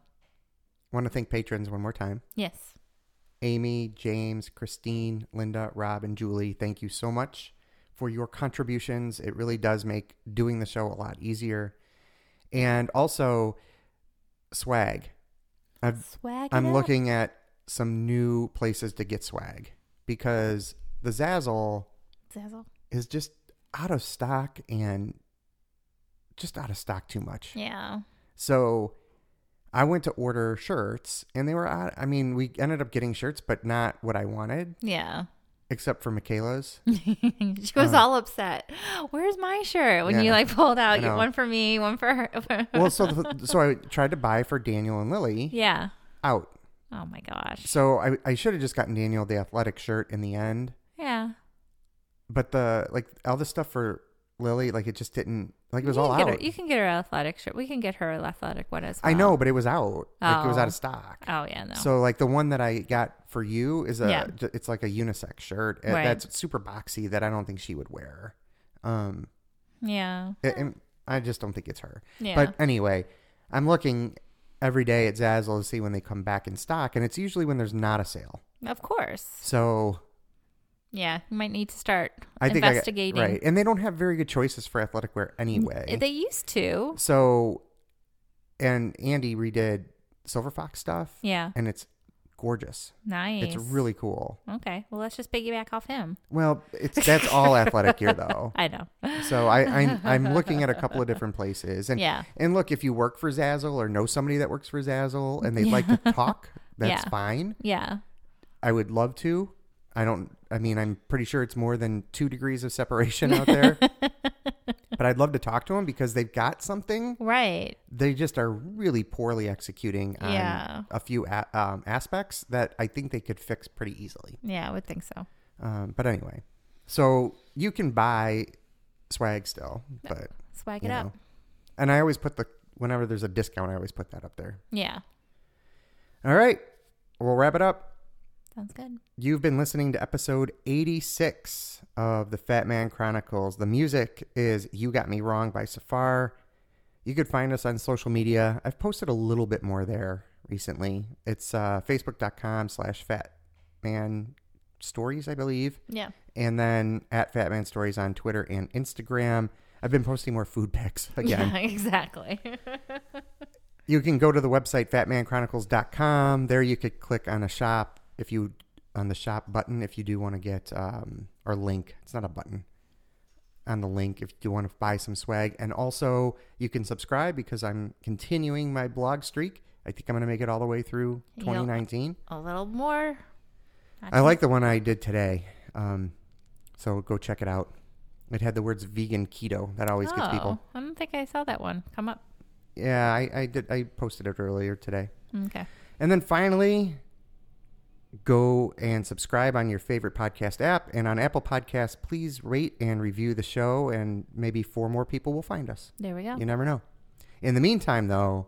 S1: want to thank patrons one more time.
S3: Yes.
S1: Amy, James, Christine, Linda, Rob, and Julie, thank you so much for your contributions. It really does make doing the show a lot easier. And also, swag. I've,
S3: Swag.
S1: I'm
S3: it up.
S1: looking at some new places to get swag because the Zazzle
S3: Zazzle.
S1: is just out of stock and just out of stock too much.
S3: Yeah.
S1: So I went to order shirts and they were out. I mean, we ended up getting shirts, but not what I wanted,
S3: Yeah.
S1: except for Michaela's.
S3: [laughs] she was
S1: Uh.
S3: all upset. Where's my shirt? When you
S1: Yeah.
S3: like pulled
S1: I
S3: out you-
S1: know.
S3: one for me, one for her.
S1: well, so
S3: [laughs]
S1: the, so I tried to buy for Daniel and Lily
S3: yeah.
S1: out.
S3: Oh my gosh.
S1: So I, I should have just gotten Daniel the athletic shirt in the end,
S3: Yeah.
S1: but the like all the stuff for Lily, like it just didn't like it was
S3: you
S1: all
S3: can get
S1: out.
S3: Her, you can get her athletic shirt. We can get her athletic one as well.
S1: I know, but it was out. Like it was
S3: Oh.
S1: out of stock.
S3: Oh yeah. No.
S1: So like the one that I got for you is a
S3: Yeah.
S1: j- it's like a unisex shirt uh,
S3: Right.
S1: that's super boxy that I don't think she would wear. Um
S3: yeah.
S1: I- I'm- I just don't think it's her.
S3: Yeah.
S1: Eh, But anyway, I'm looking every day at Zazzle to see when they come back in stock, and it's usually when there's not a sale.
S3: Of course.
S1: So
S3: Yeah. You might need to start
S1: I think I got-
S3: investigating.
S1: right, and they don't have very good choices for athletic wear anyway.
S3: They used to.
S1: so, and Andy redid Silver Fox stuff,
S3: Yeah.
S1: and it's gorgeous.
S3: Nice.
S1: It's really cool.
S3: okay. Well, let's just piggyback off him.
S1: Well, it's that's all athletic gear though.
S3: I know.
S1: So I, I I'm looking at a couple of different places, and
S3: Yeah.
S1: and look if you work for Zazzle or know somebody that works for Zazzle and they'd like to
S3: [laughs]
S1: talk, that's
S3: Yeah.
S1: fine.
S3: Yeah.
S1: I would love to. I don't. I mean, I'm pretty sure it's more than two degrees of separation out there,
S3: [laughs]
S1: but I'd love to talk to them because they've got something.
S3: Right.
S1: They just are really poorly executing on
S3: Yeah.
S1: a few a- um, aspects that I think they could fix pretty easily.
S3: Yeah, I would think so.
S1: Um, but anyway, so you can buy swag still, but
S3: Swag
S1: you
S3: it
S1: know.
S3: up.
S1: And I always put the whenever there's a discount, I always put that up there.
S3: Yeah.
S1: All right, we'll wrap it up.
S3: Sounds good.
S1: You've been listening to episode 86 of the Fat Man Chronicles. The music is You Got Me Wrong by Safar. You could find us on social media. I've posted a little bit more there recently. It's uh, facebook.com slash Fat Man Stories, I believe.
S3: Yeah.
S1: And then at Fat Man Stories on Twitter and Instagram. I've been posting more food pics [laughs] again.
S3: Yeah, [laughs] exactly.
S1: You can go to the website fatmanchronicles.com. There you could click on a shop if you on the shop button if you do want to get um, or link. It's not a button. On the link if you do want to buy some swag. And also you can subscribe because I'm continuing my blog streak. I think I'm gonna make it all the way through
S3: Yep.
S1: 2019.
S3: a little more
S1: I like the one I did today. Um, so go check it out. It had the words vegan keto. That always gets people.
S3: Oh, I don't think I saw that one. Come up.
S1: Yeah, I, I did. I posted it earlier today.
S3: Okay.
S1: And then finally, go and subscribe on your favorite podcast app. And on Apple Podcasts, please rate and review the show, and maybe four more people will find us.
S3: There we go.
S1: You never know. In the meantime, though,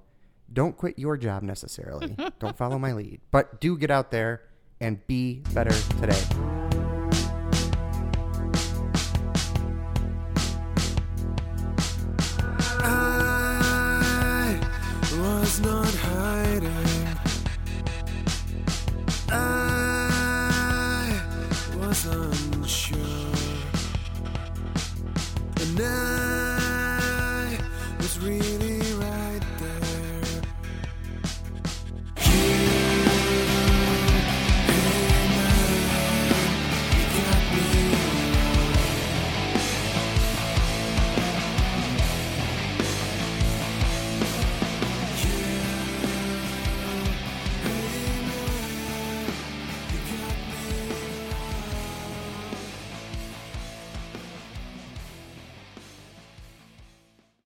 S1: don't quit your job necessarily. don't follow my lead, but do get out there and be better today.
S2: I was not hiding. I was unsure. And I